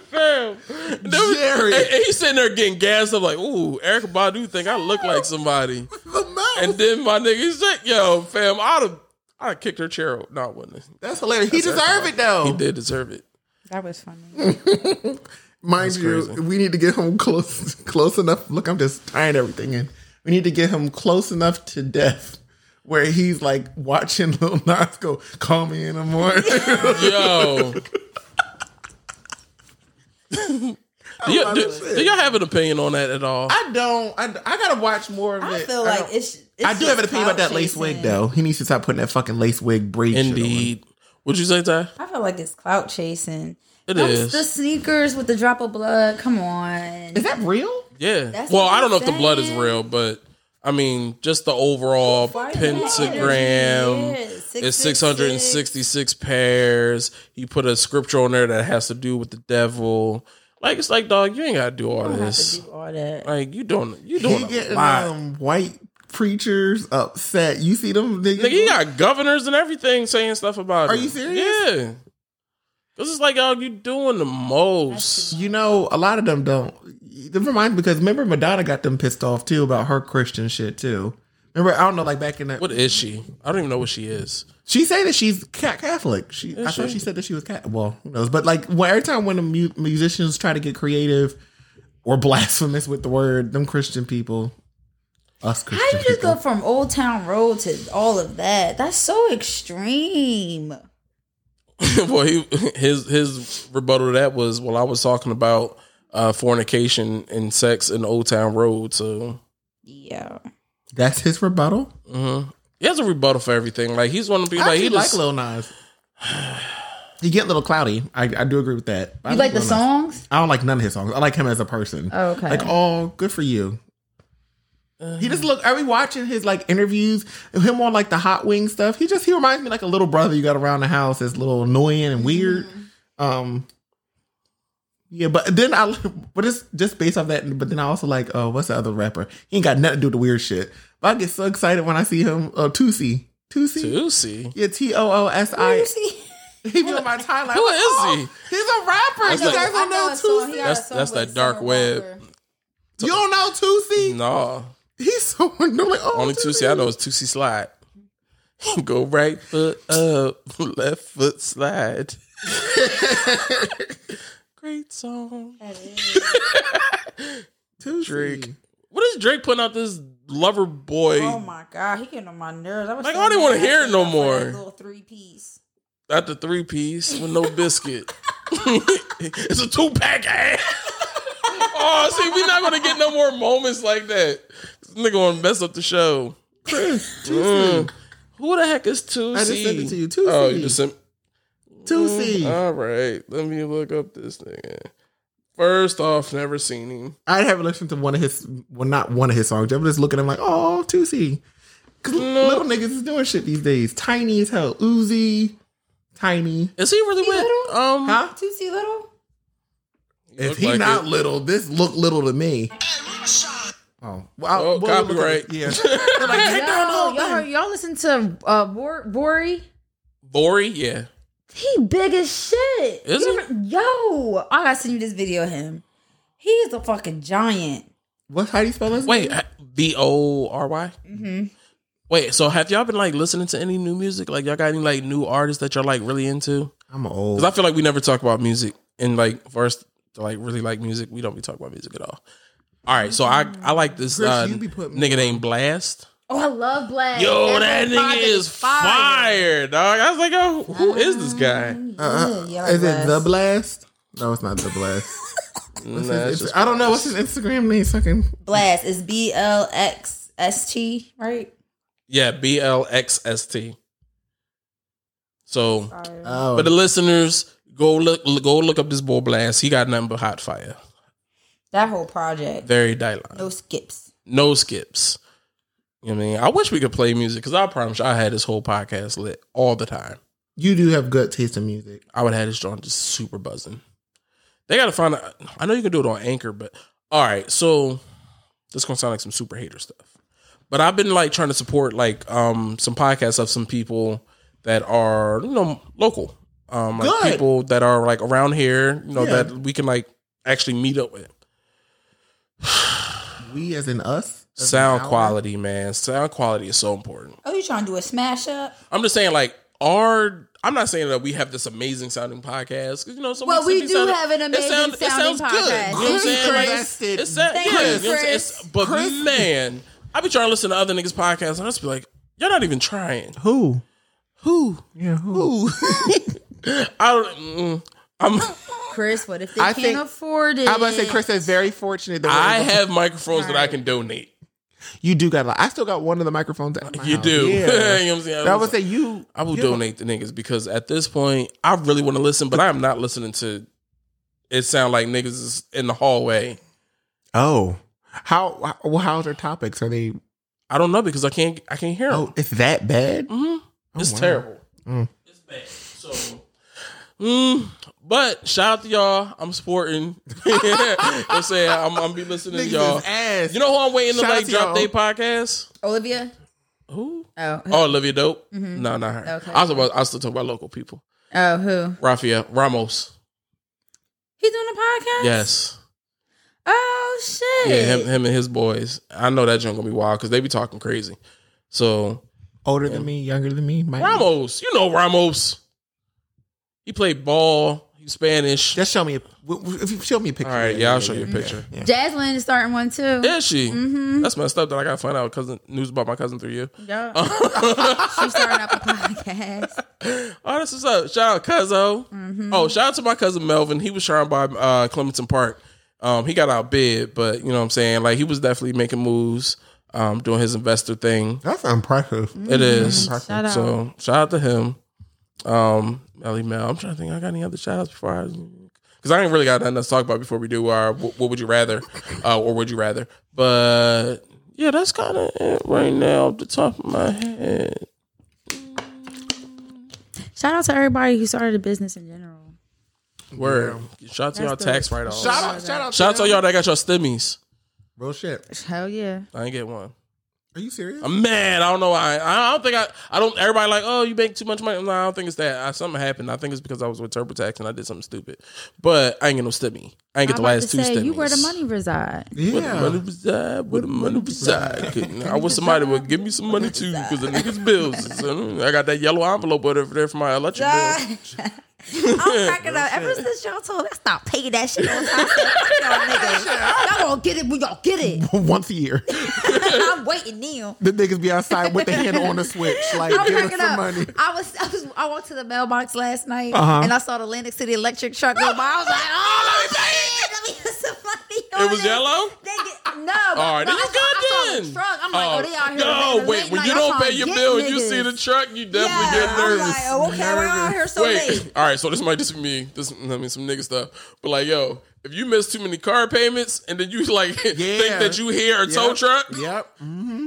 fam. And there was-
Jerry.
and, and he's sitting there getting gassed up, like, ooh, Erica Badu think I look like somebody.
The mouth.
And then my nigga said, yo, fam, I'd have, I'd have kicked her chair. out. No, I wouldn't. have.
That's hilarious. He deserved it though.
He did deserve it.
that was funny.
Mind you,
crazy.
we need to get him close close enough. Look, I'm just tying everything in. We need to get him close enough to death where he's like watching Lil Nas go, call me in the morning.
Yo. do, you, do, do y'all have an opinion on that at all?
I don't. I, I gotta watch more of
I
it.
feel
I
like
don't-
it's, it's
I do have an
just
opinion about that
clout
lace wig
chasing.
though. He needs to stop putting that fucking lace wig braid. shit on.
Indeed. Would E? you say Ty?
I feel like it's clout chasing.
It
Those-
is.
The sneakers with the drop of blood. Come on.
Is that real?
Yeah.
That's
Well,
what
I
I'm
don't know if the blood is
saying.
real, but I mean, just the overall
Why is that
pentagram,
energy? Yes,
It's 666 pairs. He put a scripture on there that has to do with the devil. Like it's like, dog, you ain't gotta do all
I don't have to
this.
do all that.
Like you doing, you
He
doing a
getting
lot.
um, white preachers upset. You see them niggas?
Nigga, you got governors and everything saying stuff about
Are
it.
you serious?
Yeah. Cause it's like, dog, you doing the most.
You know, a lot of them don't. Never mind, because remember Madonna got them pissed off too about her Christian shit too. Remember, I don't know, like back in that,
What is she? I don't even know what she is.
she said that she's ca- Catholic. She, I thought
she?
she said that she was Catholic. Well, who knows? But like, when, every time when the mu- musicians try to get creative or blasphemous with the word, them Christian people, us
How
Christian
you just
people,
go from Old Town Road to all of that? That's so extreme.
well, he, his his rebuttal to that was, well, I was talking about uh, fornication and sex in Old Town Road, so
Yeah.
that's his rebuttal.
mm-hmm. he has a rebuttal for everything. Like he's one of the people
I
like he
actually like
just,
Lil Nas. He get a little cloudy. I, I do agree with that. I
You like the
Lil Nas.
songs?
I don't like none of his songs. I like him as a person.
Oh, okay.
Like, oh, good for you. He just look. Are we watching his like interviews? Him on like the hot wing stuff. He just he reminds me like a little brother you got around the house. That's a little annoying and weird.
Mm-hmm.
Um, yeah, but then I but it's just based off that. But then I also like, oh, what's the other rapper? He ain't got nothing to do with the weird shit. But I get so excited when I see him. Uh, Tootsie, Tootsie,
Juicy.
yeah, T O O S
oh,
I. He be on my timeline.
Who
I'm like,
is
oh,
he?
He's a rapper. You
like-
guys
I
don't know
know a song.
Tootsie.
He got a
That's-
song
that's
with
that dark
Summer
web.
Walker.
You don't know Tootsie?
No.
He's so annoying. Oh,
Only Tootsie I know is Tootsie Slide. Go right foot up, left foot slide. Great song.
Tootsie.
Drake. What is Drake putting out this lover boy?
Oh my god, he getting on my nerves. I was
Like,
so
I don't
mad
wanna
I
hear it
signed
no
up for that
more.
Little three piece.
Not the three piece with no biscuit. it's a two pack ass. oh, see, we're not gonna get no more moments like that. This nigga gonna mess up the show. Mm. Who the heck is Tootsie?
just sent it to you,
Oh,
Tootsie.
you just sent.
Tootsie.
Mm-hmm. All right, let me look up this nigga. First off, never seen him.
I haven't listened to one of his, well, not one of his songs. I'm just looking at him like, oh, Tootsie. Because little niggas is doing shit these days. Tiny as hell. Uzi. Tiny.
Is he really with?
little?
Um,
Huh?
Tootsie Little?
If
Look
he
like
not
it.
little, this look little to me. Oh, well,
Oh,
we'll look at
copyright.
it. Yeah, They're like, get down
Y'all,
all
y'all, heard- y'all listen to uh, Bor- Bori?
Bori, yeah.
He big as shit.
Is
You
he?
remember-
Yo, I gotta send you this video of him. He is a fucking giant.
What's how do you spell his
Wait, B O R Y.
Mm-hmm.
Wait, so have y'all been like listening to any new music? Like y'all got any like new artists that y'all like really into?
I'm old.
Because I feel like we never talk about music, and like for us to like really like music, we don't be talking about music at all. All right, so I I like this
Mm-hmm. Chris,
uh,
you be putting me
nigga named Blast.
Oh, I love Black.
Yo, that nigga
project
is fire, dog. I was like, yo, who is this guy?
Uh,
Mm-hmm. Yeah,
is it
Blast.
the blast? No, it's not the blast.
Nah, it's
It's-
just-
I don't know what's his Instagram name. Fucking
Blast is B L X S T, right?
yeah, B L X S T. So
Uh,
oh,
For the listeners, go look go look up this bull blast. He got nothing but hot fire.
That whole project.
Very dialogue.
Oh.
No
No,
skips.
skips. You know what I mean? I wish we could play music because I promise you I had this whole podcast lit all the time.
you do have good taste in music.
I would have had this joint just super buzzing. They gotta find out. I know you can do it on Anchor, but all right, so this gonna sound like some super hater stuff. But I've been like trying to support like um some podcasts of some people that are, you know, local. Um like
Good.
people that are like around here, you know,
Yeah.
that we can like actually meet up with.
We as in us. as in
Sound
our-
quality, man. Sound quality is so important.
Oh, you trying to do a smash up?
I'm just saying like our I'm not saying that we have this amazing sounding podcast 'cause, you know. So
Well, we
it
do have an amazing sounding podcast.
You know what I'm
Chris
saying? Like,
invested.
it's sound- yeah,
Thank you,
you know what I'm saying?
Chris.
It's- but man, I be trying to listen to other niggas' podcasts, and I just be like, "You're not even trying."
Who?
Who?
Yeah, who?
I don't. Mm, I'm.
Chris, what if they
I
can't
think-
afford it?
I'm about to say Chris is very fortunate. That we're
I
able to-
have microphones that I can donate.
you do got. a lot. I still got one of the microphones. At my
You
house.
do.
Yeah.
you know what I'm saying?
That would say you.
I will
you-
donate the niggas because at this point, I really want to listen, but I am not listening to. It sound like niggas is in the hallway.
Oh, how? How, well, how's their topics? Are they?
I don't know because I can't. I can't hear them.
Oh, Mm. it's that bad.
Mhm. It's terrible. It's bad. So, mm, but shout out to y'all. I'm supporting. you know what I'm saying? I'm, I'm be listening to
Niggas
y'all.
is ass.
You know who I'm waiting
Shout
to
out
like
to
drop
y'all. Mm-hmm.
their podcast?
Olivia.
Who?
Oh, who-
Oh, Olivia Dope. No, not her.
Okay.
I was about. I was still talking about local people.
oh, who?
Rafael Ramos.
He's doing a podcast.
Yes.
Oh shit.
Yeah, him, him and his boys. I know that joint gonna be wild because they be talking crazy. So
older than me, younger than me. Might
Ramos, you know Ramos. He played ball. He's Spanish.
Just show me. A, w- w- if you show me a picture.
All right, yeah, I'll show you a
yeah,
picture.
Yeah.
Jasmine is starting one too.
Is she? That's messed up. That I gotta find out cousin news about my cousin through you.
Yeah. She's starting up a podcast.
Oh, this is up. Shout out Cuzzo. Oh, shout out to my cousin Melvin. He was charmed by uh Clementon Park. Um, he got outbid, but you know what I'm saying? Like he was definitely making moves, um, doing his investor thing.
That's impressive.
It is.
Shout
out.
So shout out to him. Um, Melly Mel. I'm trying to think. I got any other shout outs before I. Because I ain't really got nothing else to talk about before we do our wh- what would you rather, uh, or would you rather? But yeah, that's kind of it right now, off the top of my head.
Shout out to everybody who started a business in general.
Word. Shout out to y'all
the-
tax write offs.
Shout out, shout out,
Shout out to y'all that got your stimmies.
Real shit.
Hell yeah.
I ain't get one.
Are you serious?
I'm mad. I don't know why. I I don't think I. I don't. Everybody like, oh, you make too much money. No, I don't think it's that. I, something happened. I think it's because I was with TurboTax and I did something stupid. But I ain't get no stimmy. I ain't get
I'm
the
about to
last two
say
stimmies.
you where the money reside.
Where the
yeah.
money reside? Where the money reside? Couldn't- I wish somebody would give me some money too, because the niggas bills. is- I got that yellow envelope over there for my electric bill.
I'm cracking up. Ever since y'all told me I stopped paying that shit on time, I said, "Fuck y'all niggas. Y'all gonna get it when y'all get it.
Once a year,
I'm waiting now.
the niggas be outside with the hand on the switch, like
I'm
give us
cracking
some
up.
money.
I was, I was, I walked to the mailbox last night
Uh-huh.
and I saw the Atlantic City electric truck go by. I was like, oh, shit, let me get some money. on
It was
this."
yellow.
They get, no, all
All right,
no,
then you
I saw, I
good
saw the
then.
truck. I'm like, oh, they out here.
No,
late
wait. When
night.
you
I
don't
saw
pay your
get
bill and you
niggas.
see the truck, you definitely get
I'm
nervous.
like, oh, okay, we're out here so late.
Wait, all right. So this might just be me. This, I mean, some nigga stuff. But like, yo, if you miss too many car payments and then you like think that you hear a tow
Yep.
truck,
Yep.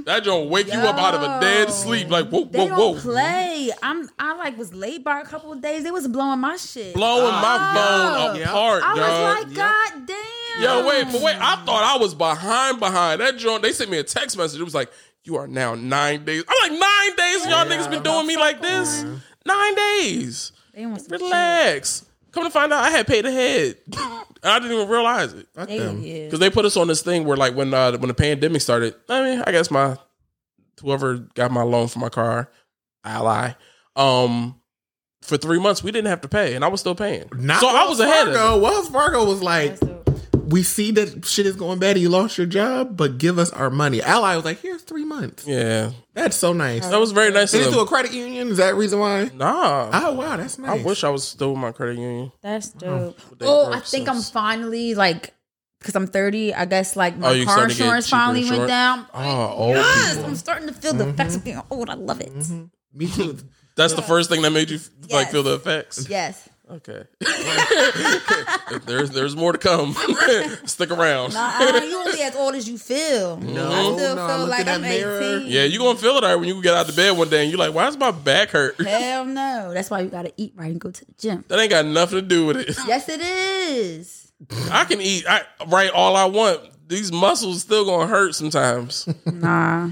that don't wake you up out of a dead
Yo.
sleep. Like, whoa,
They
whoa,
don't
whoa,
play. I'm, I like was late by a couple of days. They was blowing my shit.
blowing my
Oh.
phone apart,
I
dog.
was like, God damn.
Yo, wait, but wait, I thought I was behind behind that joint. They sent me a text message. It was like, "You are now nine days." I'm like, nine days. Y'all niggas been doing me like this. Nine days.
They want some
Relax. Come to find out, I had paid ahead. And I didn't even realize it
Fuck
shit.
them.
Yeah.
because they put us on this thing where, like, when uh, when the pandemic started, I mean, I guess my whoever got my loan for my car, ally, um, for three months we didn't have to pay, and I was still paying.
Not
so I
Wells
was ahead of.
Fargo.
it.
Wells Fargo was like,
So-
we see that shit is going bad. You lost your job, but give us our money. Ally was like, here's three months.
Yeah,
That's so nice.
that was very nice.
Did
of
it through
them.
a credit union? Is that the reason why?
Nah,
Oh wow, that's nice.
I wish I was still with my credit union.
That's dope.
They
Oh,
broke
I think I'm
since.
finally like, because I'm 30, I guess like
Oh,
my
you
car
started to get
insurance
cheaper
finally
insurance?
went down.
Oh, old
Yes,
people.
I'm starting to feel the
Mm-hmm.
effects of being old. I love it.
Me too.
That's the first thing that made you f like
Yes.
feel the effects.
Yes.
Okay. there's there's more to come. Stick around.
Uh-uh, you only as old as you feel. No, I still
no,
feel
look
like
in
I'm
that mirror.
18.
Yeah, you gonna feel it all right when you get out of bed one day and you're like, why does my back hurt? That
Hell no. That's why you gotta eat right and go to the gym.
ain't got nothing to do with it.
Yes, it is.
I can eat I right all I want. These muscles still gonna hurt sometimes.
Nah,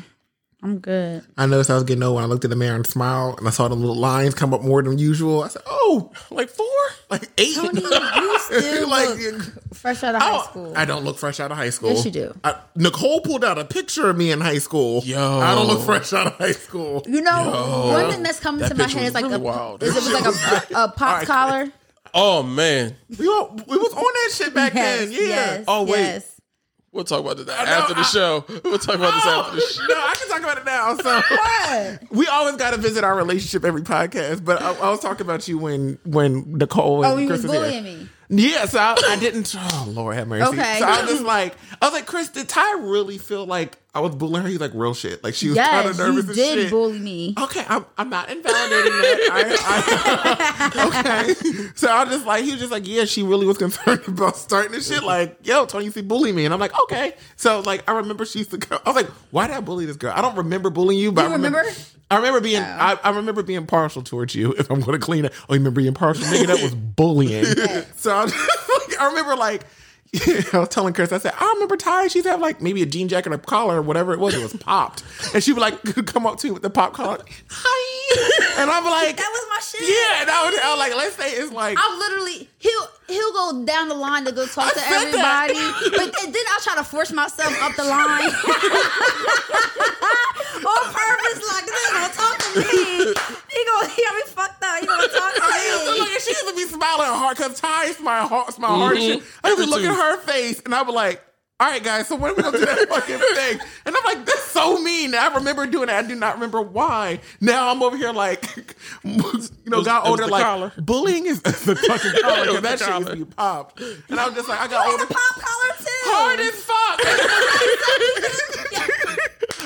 I'm good.
I noticed I was getting old when I looked in the mirror and smiled, and I saw the little lines come up more than usual. I said, "Oh,
like four?
like eight.
Tony, you still
like
look fresh out of high school.
Oh, I don't look fresh out of high school.
Yes, you do.
I, Nicole pulled out a picture of me in high school.
Yo.
I don't look fresh out of high school.
you know, one thing that's coming
That
to my
picture
head
was
is like
really
a,
wild.
is it was like a, a, pop
right.
collar.
Oh man.
We all we was on that shit back then. Yeah.
Yes,
oh wait.
yes.
We'll talk about this after the show. We'll talk about this after the
Oh.
show.
Oh, No, I can talk about it now. So we always got to visit our relationship every podcast. But I, I was talking about you when when Nicole and
Oh, you
Chris
was
was here.
bullying me.
Yeah, so I, I didn't. Oh Lord, have mercy.
Okay.
So I was just like, I was like, Chris, did Ty really feel like I was bullying her? He's like, real shit. Like she was kind of
Yes, you
nervous. and
did
shit.
bully me.
Okay, I'm, I'm not invalidating that. I, I, okay. So I was just like, he was just like, yeah, she really was concerned about starting this shit. Like, yo, Tony, you see, bully me. And I'm like, okay. So, like, I remember she used to go, I was like, why did I bully this girl? I don't remember bullying you, but
You
I remember.
remember?
I remember being I, I remember being partial towards you. If I'm going to clean it, oh, you remember being partial? Nigga, that was bullying. so I'm just- I remember like I was telling Chris, I said I remember Ty. She's have like maybe a jean jacket, a collar, or whatever it was. It was popped, and she would like come up to me with the pop collar. Hi, and I'm like,
That was my shit.
yeah. And I was, I was like, let's say it's like
I'm literally he'll he'll go down the line to go talk to
said that.
everybody, but then, then I'll try to force myself up the line on purpose. Like this ain't gonna talk to me. He gonna hear me fucked up. He gonna talk to
So
me.
look, she used to be smiling hard because Ty smile hard, smile
Mm-hmm.
hard. and shit. I used to look at her face and I was like, all right, guys, so when are we gonna do that fucking thing? And I'm like, that's so mean. And I remember doing that. I do not remember why. Now I'm over here like, you know,
was-
got
it was
older
the
like
collar.
bullying is the fucking collar
It was
because
the
that shit used to
collar.
be popped. And I'm just like, I got older,
Pop collar too.
hard as fuck,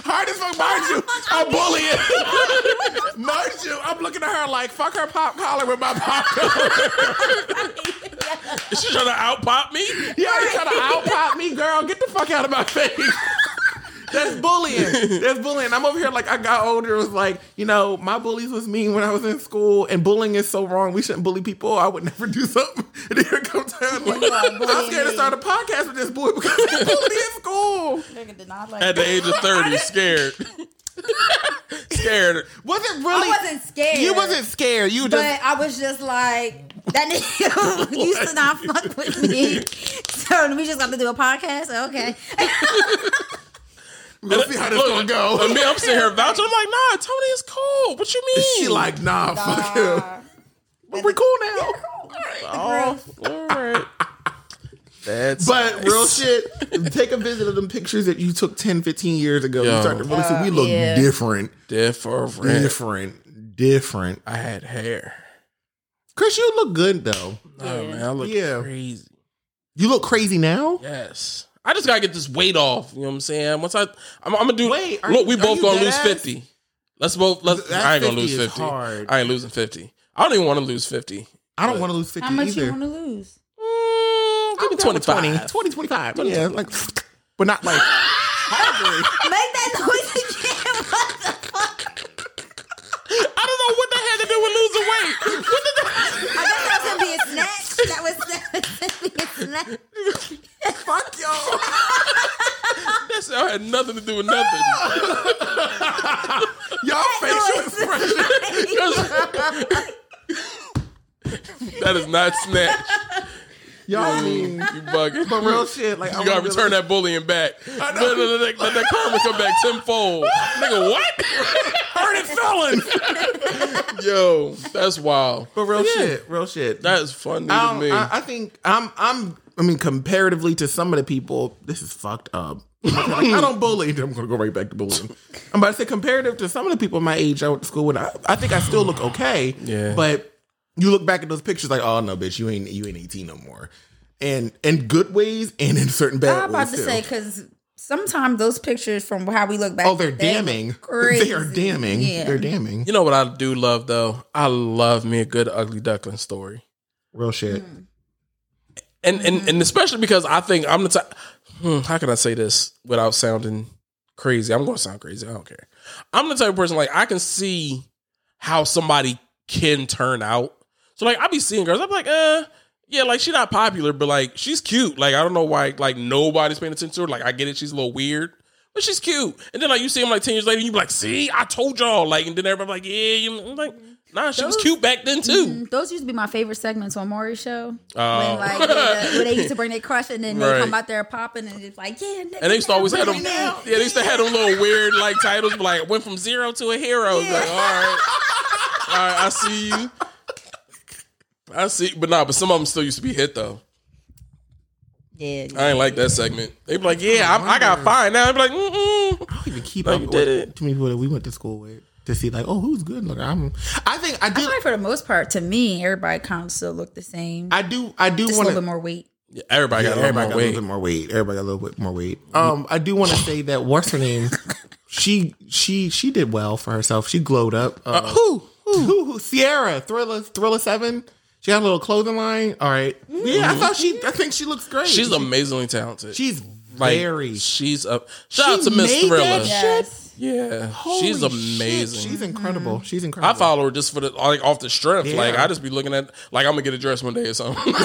hard as fuck, mind you, I'm bullying. mind you, I'm looking at her like, fuck her pop collar with my pop collar.
Is she trying to out pop me?
You already trying to out pop me, girl. Get the fuck out of my face. That's bullying. That's bullying. I'm over here like I got older. It was like, you know, my bullies was mean when I was in school, and bullying is so wrong. We shouldn't bully people. I would never do something. And then here comes time. Like, I'm scared to start a podcast with this boy because he bullied me in school.
Nigga did not like
At the age of 30, scared. scared.
Was it really?
I wasn't scared.
You wasn't scared. You
But
just
I was just like, that nigga used to not fuck with me. So we just got to do a podcast? Okay.
we'll see how this
Look,
gonna go.
And me, I'm sitting here vouching. I'm like, nah, Tony is cool. What you mean?
She like, nah, fuck him. But we cool now.
oh, all right. That's
But
nice.
real shit, take a visit of them pictures that you took 10, 15 years ago.
Yo.
You start to really see we look
yeah.
different.
different.
Different. Different.
I had hair.
Chris, you look good though.
Oh man, I look
Yeah.
crazy.
You look crazy now.
Yes. I just gotta get this weight off. You know what I'm saying? Once I, I'm, I'm gonna do.
Wait, are-
look, we
are
both
you
gonna
dead
lose
ass?
fifty. Let's both. Let's.
That
I ain't gonna
50
lose
is
fifty.
hard.
I ain't losing fifty. I don't even want to lose fifty.
I don't want to lose 50 either.
to lose?
Mm, give me
I'm down
twenty
with
five.
20, 25. yeah, like, but not like. I agree.
Make that noise again. What the fuck?
I don't know what that had to do with losing weight. What did that?
I guess that was him being snatched. That was, that was him being snatched.
Fuck y'all.
That sound had nothing to do with nothing.
Y'all facial
noise.
expression.
that is not snatch.
Y'all mean.
You bugging.
But real shit, like
You gotta return that bullying back. Let, let- let- let that karma come back tenfold. Nigga, what?
Hurt felon.
Yo, that's wild.
But real shit, real shit.
That is funny
I,
to
don't-
me.
I, I think I'm I'm I mean comparatively to some of the people, this is fucked up. Like, I don't bully. I'm gonna go right back to bullying. I'm about to say comparative to some of the people my age I went to school with. I, I think I still look okay.
Yeah.
But you look back at those pictures like, oh no, bitch, you ain't you ain't 18 no more. And in good ways and in certain bad
I'm
ways.
about to
too.
say, because sometimes those pictures from how we look back.
oh, they're
they
damning.
crazy.
They are damning.
Yeah.
They're damning.
you know what I do love though? I love me a good ugly duckling story.
Real shit.
And and, and especially because I think I'm the type hmm, how can I say this without sounding crazy? I'm gonna sound crazy. I don't care. I'm the type of person like I can see how somebody can turn out. So like I be seeing girls, I'm like, uh, yeah, like she's not popular, but like she's cute. Like I don't know why like nobody's paying attention to her. Like I get it, she's a little weird, but she's cute. And then like you see him like ten years later, and you be like, see, I told y'all. Like and then everybody like, yeah, you I'm like. Nah, she was
Those-
cute back then too.
Mm, Those used to be my favorite segments on Maury's show.
Oh.
When like the, when they used to bring their crush and then they
Right.
come out there popping and it's like, yeah, nigga,
And they used to always have
bring
them.
it
Yeah,
now.
they used to have them little weird like titles, but, like went from zero to a hero. It's Like, all right, all right, I see you. I see, but nah, but some of them still used to be hit though.
Yeah.
I ain't like that segment. They be like, yeah, I, I got fine now. I be like, mm-mm.
don't even keep
Like,
up
you
with
did it.
too many people that we went to school with to see like, oh, who's good? Look, I'm. I think I did.
Probably for the most part, to me, everybody kind of still look the same.
I do. I do
Just
want
a little bit
to.
more weight.
Yeah, everybody got a little
Everybody
more
got a
weight.
little bit more weight. Everybody got a little bit more weight. Um, I do want to say that what's her name? She she she did well for herself. She glowed up. Uh, who, who who who? Sierra Thriller Thriller Seven. She got a little clothing line. All right. Yeah, I thought she. I think she looks great.
She's amazingly talented.
she's
like,
very.
She's a shout out
She
to Miss
made that
Thriller.
shit.
Yes. Yeah,
Holy
she's
shit,
amazing.
She's incredible.
Mm-hmm.
She's
I
incredible.
follow her just for the like off the strength.
Yeah.
Like I just be looking at like I'm gonna get a dress one day or something. like,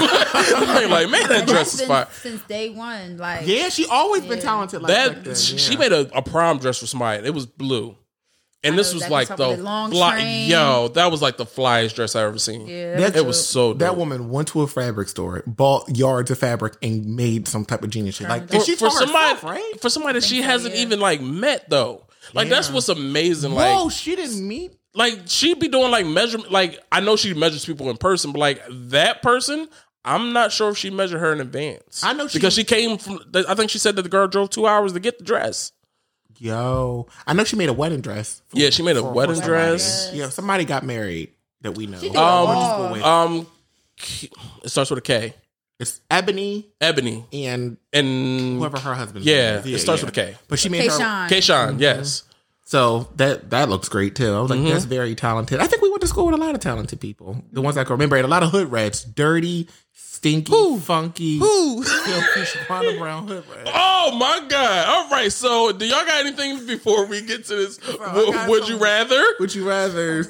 like, man, that dress is fire.
since, since day one. Like
Yeah, she always been talented like
That
that. yeah.
she- she made a, a prom dress for somebody. and It was blue, and this
know,
was
that
like
was
the
with long train.
yo. That was like the flyest dress I ever seen.
yeah,
That-
it was so dope.
That woman went to a fabric store, bought yards of fabric, and made some type of genius shit. Like and she taught herself, right?
for somebody she hasn't even like met though. Like that's
Yeah.
what's amazing. Like
Whoa, she didn't meet.
like she be doing like measurement. Like I know she measures people in person, but like that person, I'm not sure if she measured her in advance.
I know she-
because she came from. I think she said that the girl drove two hours to get the dress.
Yo, I know she made a wedding dress. for-
Yeah, she made a
for- for
wedding
somebody.
dress.
Yeah, somebody got married that we know.
She did
Or went to
all.
school with.
Um, K- it starts with a K.
it's Ebony
Ebony
and
and
whoever her husband.
uh, Yeah,
is.
it starts
yeah.
with a K.
But she made her.
Kayshawn.
Kayshawn,
Mm-hmm.
yes.
So that that looks great too. I was like,
Mm-hmm.
that's very talented. I think we went to school with a lot of talented people. The ones I can remember, and a lot of hood rats, dirty, stinky, funky, filthy Shaquana Brown hood rats.
Oh my God! All right, so do y'all got anything before we get to this? Wo-
got
would
some-
you rather?
Would you rather?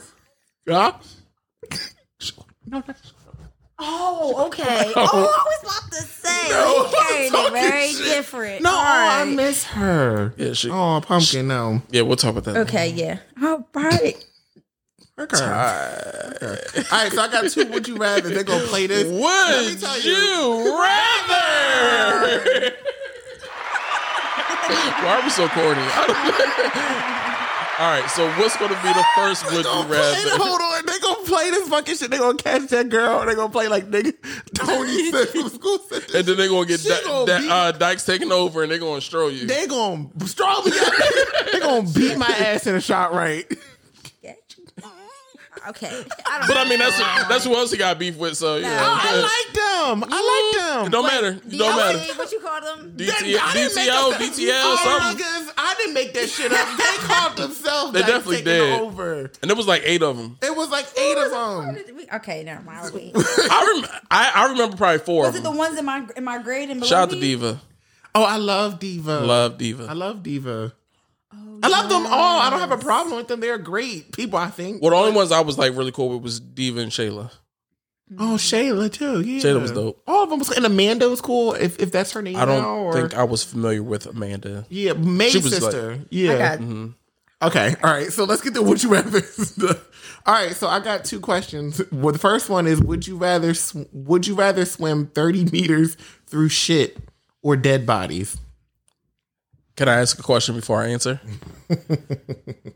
Huh? no, that's-
Oh, okay. oh, I was about to say. No,
I'm talking
very
shit.
different.
no,
All
oh, I
right.
miss her.
Yeah, she-
Oh, pumpkin, no.
Yeah, we'll talk about that. later.
okay, yeah. All right.
Fuck her. Fuck her. All right, so I got two. Would you rather? They're gonna play this. Let me
Would
tell
you, rather? Why are we so corny? I don't- All right, so what's going to be the first would
They gonna
you
play the-
rather?
hold on, they gonna play this fucking shit. They gonna catch that girl. They gonna play like nigga Tony said from school. said this
And then they're going to get
She
Di-
gonna
Di-
beat-
uh, Dykes taking over and they're going to stroll you.
They gonna straw me. up. they gonna beat my ass in a shot right.
Okay. I don't
but I mean, that's that's who else he got beef with, so, you know.
Oh, I like them. I like
it
them.
don't matter. It don't
DOC,
matter.
What you call them?
DTL,
That- I didn't make
DTL,
up-
DTL,
All
something.
niggas, I didn't make that shit up. They called themselves.
They
They
definitely did.
definitely did. Over.
And there was like eight of them.
It was like eight of them.
We- Okay, never mind. We-
I, rem- I, I remember probably four of
Is it the
them.
ones in my in my grade and below
Shout out to
me?
Diva.
Oh, I love Diva.
Love
I
Diva.
love Diva.
Oh,
I love them all. I don't have a problem with them. They're great people. I think.
Well, the only ones I was like really cool with was Diva and Shayla.
Oh, Shayla too. Yeah,
Shayla was dope.
All of them was, and Amanda was cool. If if that's her name,
I don't
now, or,
think I was familiar with Amanda.
Yeah, May's
She was
sister. yeah.
I got
mm-hmm.
Okay. All right. So let's get to would you rather. All right. So I got two questions. Well, the first one is would you rather sw- would you rather swim thirty meters through shit or dead bodies?
Can I ask a question before I answer?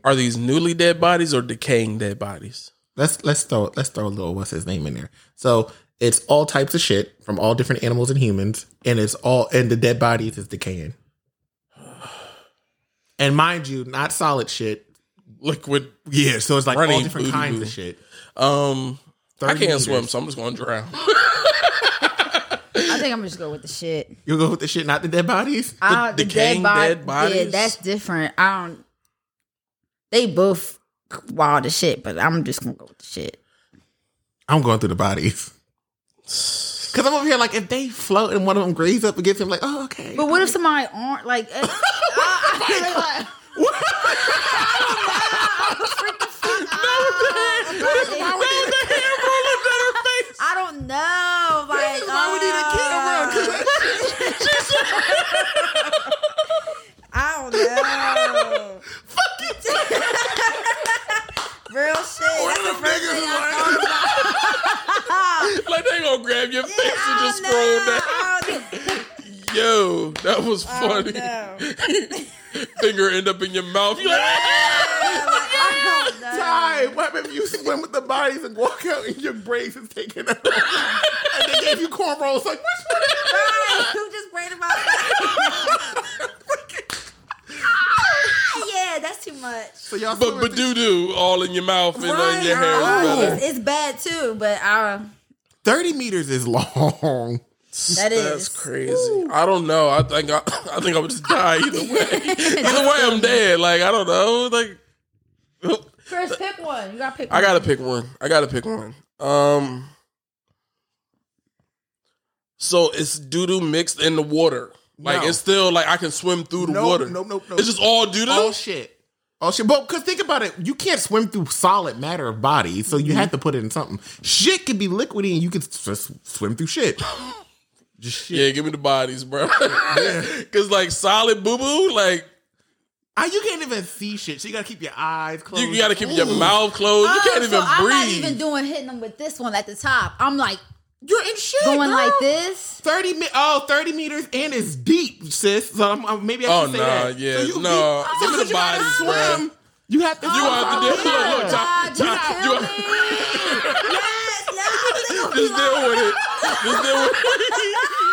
Are these newly dead bodies or decaying dead bodies?
Let's let's throw let's throw a little what's his name in there. So it's all types of shit from all different animals and humans, and it's all and the dead bodies is decaying. And mind you, not solid shit.
Liquid.
Yeah, so it's like
Running
all different
booty
kinds
boo.
of shit.
Um, I
30
can't
meters.
swim, so I'm just going to drown.
I think I'm just go with the shit.
You'll go with the shit, not the dead bodies.
Ah, the
decaying
dead, bod-
dead
Yeah,
bodies?
that's different. I don't. They both wild as shit, but I'm just gonna go with the shit.
I'm going through the bodies. Cause I'm over here like if they float and one of them graze up against him, like oh okay.
But what if somebody aren't like? Uh, I, I don't know. Like, uh, I don't know.
Real shit.
like they gonna grab your face and just
no,
scroll down.
I
Yo, that was funny.
no.
Finger end up in your mouth. You're like,
I don't know.
Time. What if you swim with the bodies and walk out and your braids is taken out? and they gave you cornrows. Like which one?
Who just braided my Yeah, that's too much.
So y'all
but but doo doo all in your mouth and on your hair. brother.
It's, it's bad too, but
But I,
thirty meters is long.
that is
That's crazy. I don't know. I think I, I think I would just die either way. either way, I'm dead. Like I don't know. Like
Chris, pick one. You gotta pick.
I
one.
gotta pick one. I gotta pick one. Um. So it's doo doo mixed in the water. Like
No.
it's still like I can swim through the
Nope,
water.
nope, nope, nope.
It's just all doo doo.
All shit. Oh shit! Well, because think about it, you can't swim through solid matter of body, so you have to put it in something. Shit could be liquidy, and you could s- s- swim through shit. Just shit.
Yeah, give me the bodies, bro. Because like solid boo boo, like
Ah, you can't even see shit. So you gotta keep your eyes closed.
you, you got to keep your mouth closed. You can't
Oh,
even
so I'm
breathe.
not even doing hitting them with this one at the top. I'm like
You're in shit.
going
girl.
like this.
30 mi- oh 30 meters in is deep, sis. So I'm, I'm- maybe I
Oh,
should say
nah,
that.
yeah,
so you,
no.
You,
Some of
so
the
you gotta
bodies, bruh.
swim. You have to.
you want to deal with
my
it. Look, Ty-
God, you
Ty,
killed
you want- Just deal with it. Just deal with it.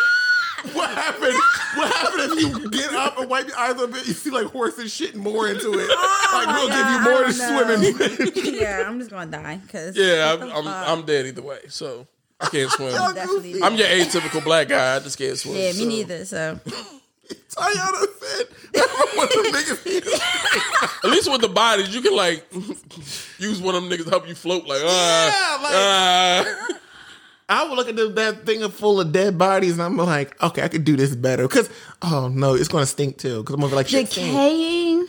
What happened? What happened if you get up and wipe your eyes a bit? You see like horse and shit and more into it. like we'll
God, I don't
give you more to swim in.
yeah, I'm just gonna die because
Yeah, I'm, I'm I'm dead either way, so I can't swim.
definitely.
I'm your atypical black guy. I just can't swim.
yeah,
so.
me neither. So
Toyota said that one of the biggest.
At least with the bodies, you can like use one of them niggas to help you float. Like, uh,
Yeah,
uh.
I would look at this, that thing full of dead bodies and I'm like, okay, I could do this better. Cause oh no, it's gonna stink too. Cause I'm gonna be like, shit, stink.
decaying,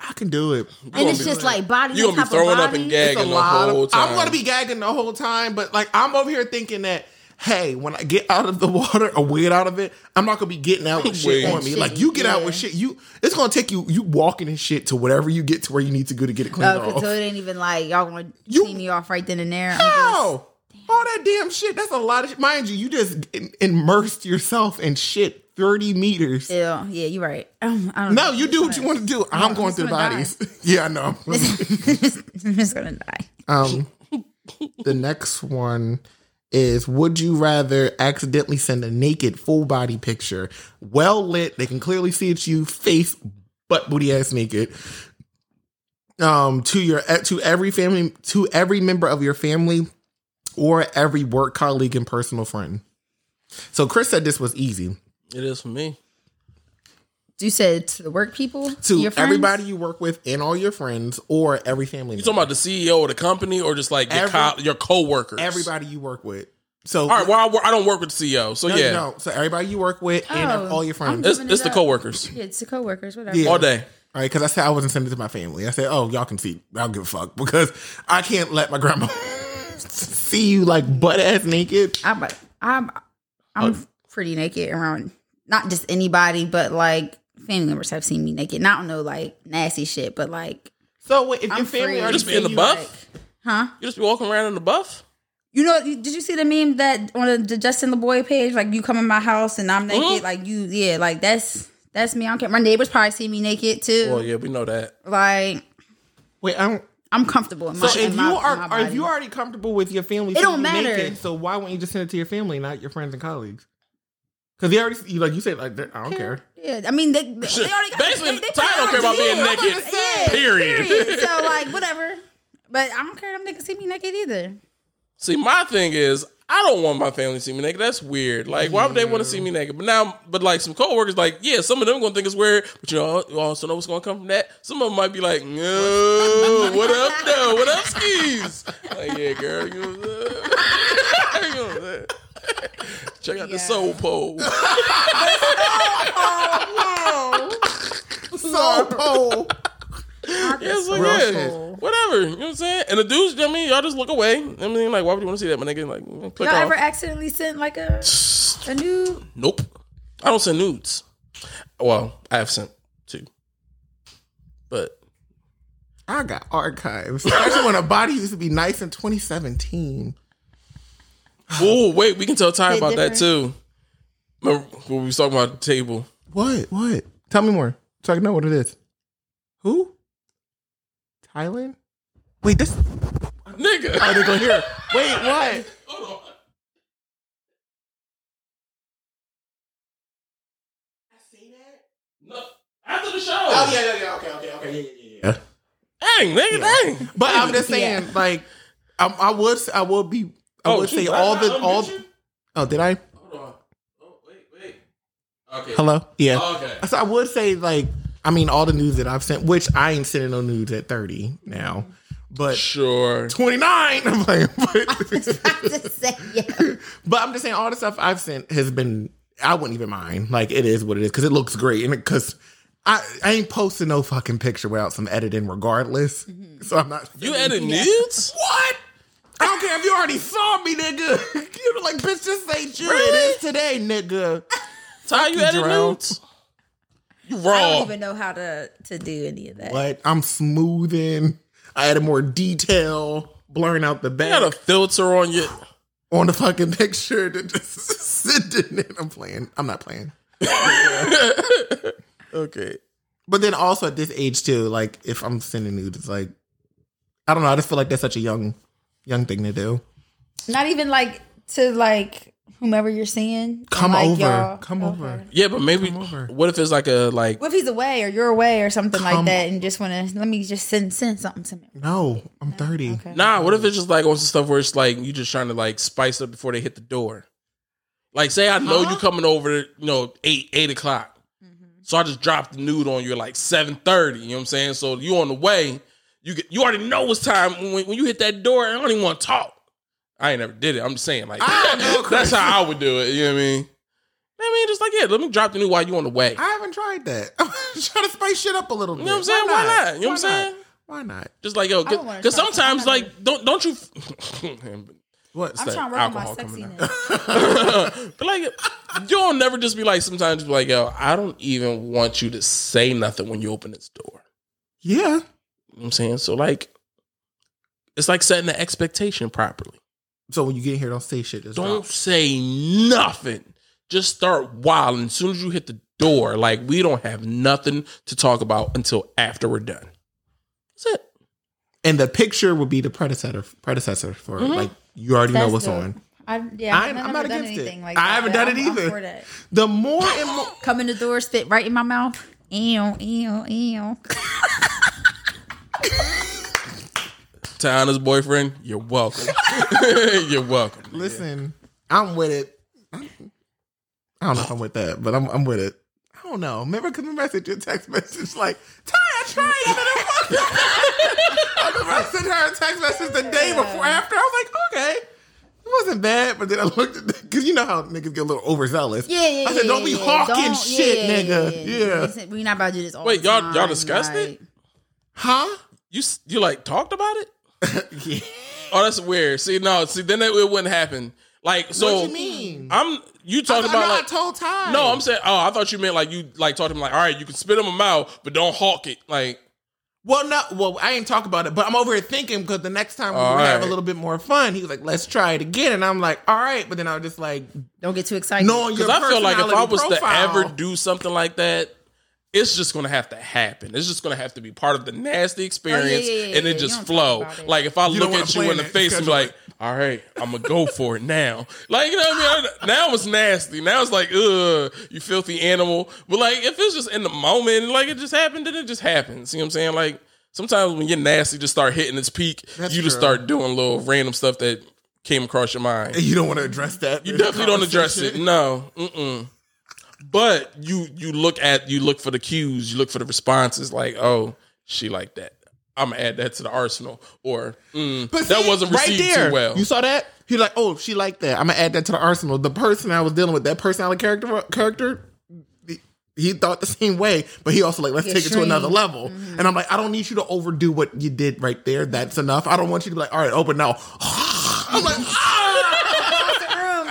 I can do it.
and
gonna
it's
be
just like body.
you gonna be
on top of
throwing up
body.
and
It's a
gagging the
lot of-
whole time.
I'm gonna be gagging the whole time, but like I'm over here thinking that. Hey, when I get out of the water or wade out of it, I'm not gonna be getting out with
Wade.
shit on me.
Shit,
Like you get out
yeah.
with shit, you it's gonna take you you walking and shit to whatever you get to where you need to go to get it cleaned
Oh, because
off.
it ain't even like y'all gonna
You-
see me off right then and there. I'm just-
How? All that damn shit. That's a lot of shit. Mind you, you just in- immersed yourself in shit 30 meters.
Ew, yeah, you're right. Um, I don't
No,
know.
you do what you want to do. I'm going
just
through the
gonna
bodies. yeah, I know.
I'm just gonna die.
Um, the next one is Would you rather accidentally send a naked full body picture, well lit, they can clearly see it's you, face, butt, booty ass naked? Um, to your to every family to every member of your family or every work colleague and personal friend. So Chris said this was easy.
It is for me.
You said to the work people,
To
your friends?
everybody you work with and all your friends or every
You
family member.
talking about the CEO of the company or just like your
Every-
co- your coworkers?
Everybody you work with. So
All right. Well, I, wor- I don't work with the CEO, so
No,
yeah,
no. So everybody you work with
Oh,
and all your friends.
it's,
Giving it
it's the
up.
coworkers
Yeah, to coworkers, whatever.
Yeah.
all day.
All right, because I said I wasn't sending it to my family. I said, "Oh, y'all can see. I don't give a fuck because I can't let my grandma see you like butt ass naked."
I'm I'm I'm pretty naked around not just anybody, but like family members have seen me naked. Not no like nasty shit, but like
So wait, if
I'm
your family
free.
already
Just be in
see
the
you,
buff.
huh?
You just be walking around in the buff.
You know? Did you see the meme that on the Justin LeBoy page? Like you come in my house and I'm naked.
Mhm.
Like you, yeah. Like that's that's me. I don't care. My neighbors probably see me naked too.
Well, yeah, we know that.
Like
wait, I don't.
I'm comfortable in my.
So if
in
you
my- in
are,
my
or if
body.
you already comfortable with your family,
It
seeing
don't
you
matter.
naked, so why wouldn't you just send it to your family, not your friends and colleagues? Because they already, see- like you said, like they're- I don't care.
Yeah, I mean, they, they already got
Basically,
they, they
Ty don't care about being
Yeah, I'm
naked,
about to say, yeah,
period.
So like, whatever. But I don't care. if Them niggas see me naked either.
See, my thing is, I don't want my family to see me naked. That's weird. Like, why would they want to see
Mm-hmm.
me naked? But now, but like some coworkers, like, yeah, some of them gonna think it's weird. But you know, you also know what's gonna come from that. Some of them might be like, no, what up, though? What up, skis? Like, yeah, girl, you know what I'm saying? You know what I'm saying? Check out the soul pole.
So pole.
Yeah, it's like,
Real
yeah,
shit.
whatever. You know what I'm saying? And the dudes, you know what I mean, y'all just look away. I mean, like, why would you want to see that? My nigga, like, click
Y'all
off.
ever accidentally sent like a a new?
Nope. I don't send nudes. Well, I have sent two. But
I got archives. Actually, when a body used to be nice in 2017.
oh wait, we can tell Ty about that too.
different.
Remember when we was talking about the table?
What? What? Tell me more. So I can know what it is. Who? Thailand? Wait, this. oh,
Nigga.
They're gonna hear. it. Wait, what?
No, After the show.
yeah, yeah, okay, okay, okay, yeah, yeah, yeah.
Dang, nigga, dang.
But I'm just saying, like, I, I would, I would be, I would say
shoot,
all
I-
the,
I unmute
all.
you?
Oh, did I?
Hold on. Oh, wait, wait. Okay.
Hello. Yeah.
Okay.
So I would say, like, I mean, all the news that I've sent, which I ain't sending no nudes at 30 now, but
Sure.
29. I'm like, but,
to say yeah.
But I'm just saying, all the stuff I've sent has been. I wouldn't even mind. Like it is what it is because it looks great, and because I, I ain't posting no fucking picture without some editing, regardless. So I'm not.
You edit nudes?
What? I don't care if you already saw me, nigga. You're like, bitch, this ain't you. It is today, nigga.
Ty, you edit
drowned.
nudes? You
I don't
raw.
even know how to to do any of that.
Like, I'm smoothing. I added more detail, blurring out the
You got
back
a filter on your.
on the fucking picture to just sending it. I'm playing. I'm not playing.
Okay.
But then also at this age too, like if I'm sending nudes, it's like I don't know. I just feel like that's such a young, young thing to
Oh
do.
Not even like to like whomever you're seeing.
Come
like,
over,
y'all-
come
okay.
over.
Yeah, but maybe. What if it's like a like?
What if he's away or you're away or something
Come-
like that, and just want to let me just send send something to me.
No, I'm thirty.
Nah. What if it's just like on some stuff where it's like you just trying to like spice up before they hit the door? Like, say I know you coming over, you know, eight eight o'clock. So I just dropped the nude on you at like seven thirty. You know what I'm saying? So you on the way. You get, you already know it's time when, when you hit that door. I don't even want to talk. I ain't never did it. I'm just saying like that's how I would do it. You know what I mean? I mean, just like yeah, let me drop the nude while you on the way.
I haven't tried that. I'm trying to spice shit up a little bit.
You know what I'm saying? Why not? You know what I'm saying?
Why not?
Just like yo,
don't wanna
because
try something.
sometimes like don't don't you?
What?
It's
I'm trying to
like
work on my
alcohol coming out.
sexiness.
but like you'll never just be like sometimes be like yo, I don't even want you to say nothing when you open this door.
Yeah.
You know what I'm saying? So like, it's like setting the expectation properly.
So when you get here, don't say shit. Just
Don't
drop.
say nothing. Just start wilding. As soon as you hit the door, like we don't have nothing to talk about until after we're done. That's it.
And the picture would be the predecessor predecessor for
Mm-hmm.
it. like you already know
That's
what's
dope.
on.
I, yeah,
I'm-
I've never
I'm not
done
against it.
anything like
I
that,
haven't
but
done it
I'm- I'm
either.
for that.
The more and more.
Come in the door, spit right in my mouth. Ew, ew, ew.
Tiana's boyfriend, you're welcome. you're welcome.
Listen, I'm with it. I don't know if I'm with that, but I'm I'm with it. I don't know. Remember, because the message, your text message, like, Ty, I tried it. and it wasn't-" I remember I sent her a text message the day before after. I was like, okay, it wasn't bad. But then I looked at because you know how niggas get a little overzealous.
Yeah, yeah,
I said,
yeah,
don't be
yeah,
hawking
Don't-
shit,
yeah, yeah,
nigga. Yeah.
Listen, we not about to do this all
Wait,
the
y'all-
time,
y'all discussed it?
Huh?
You s- you like talked about it?
Yeah.
Oh, that's weird. See, no, see, then it, it wouldn't happen. Like, so
what you mean?
I'm you
I,
talking
I
about
know
like
I told Ty.
no, I'm saying oh, I thought you meant like you like talked to him like all right, you can spit in my mouth, but don't hawk it. Like,
Well, no, well, I ain't talk about it, but I'm over here thinking because the next time we
All
were have a
right.
little bit more fun, he was like, "Let's try it again," and I'm like, "All right," but then I was just like,
Don't get too excited.
knowing your
because I feel like if I
personality
was
profile,
to ever do something like that, it's just gonna have to happen. It's just gonna have to be part of the nasty experience,
yeah, yeah,
and
yeah,
it
you
just
don't
flow.
talk about it.
Like if I
don't
look
wanna
at you
plan
in the
it,
face and be
schedule
like, "All right, I'm gonna go for it now." Like you know what I mean? I- now it's nasty. Now it's like, "Ugh, you filthy animal." But like if it's just in the moment, like it just happened, then it just happens. You know what I'm saying? Like sometimes when you're nasty, just start hitting its peak. you just
true.
start doing little random stuff that came across your mind.
you don't want to address that.
You definitely don't address it. No. Mm-mm. But you you look at you look for the cues, you look for the responses. Like, oh, she like that. I'm gonna add that to the arsenal. Or mm,
But
that
see,
wasn't received too well.
You saw that? He like, oh, she liked that. I'm gonna add that to the arsenal. The person I was dealing with, that personality character, character, he- he thought the same way, but he also like, let's take it to another level. And I'm like, I don't need you to overdo what you did right there. That's enough. I don't want you to be like, all right, open now. I'm like, ah!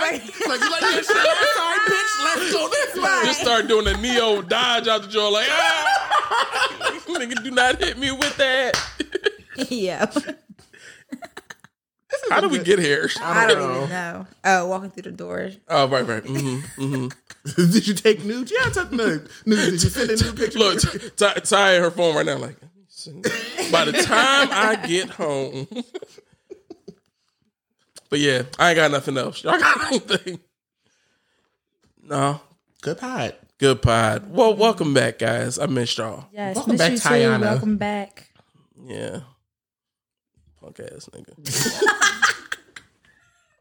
like you like that shit? I'm sorry, bitch. Let's go this way.
Just start doing a neo dodge out the jaw, like ah, nigga, do not hit me with that.
yeah.
How do we get here?
I don't know.
no. Oh, walking through the door.
Oh, right, right. Mm-hmm, mm-hmm.
did you take nudes? Yeah, I took nudes. Nudes. Did you send a new picture?
Look, Ty, Ty in her phone right now. Like, by the time I get home. but yeah, I ain't got nothing else. Y'all got anything? No.
good pod.
Good pod. Well, welcome back, guys. I missed y'all.
Yes,
Welcome
miss
back,
you too.
Tiana.
Welcome back.
Yeah. Punk ass nigga.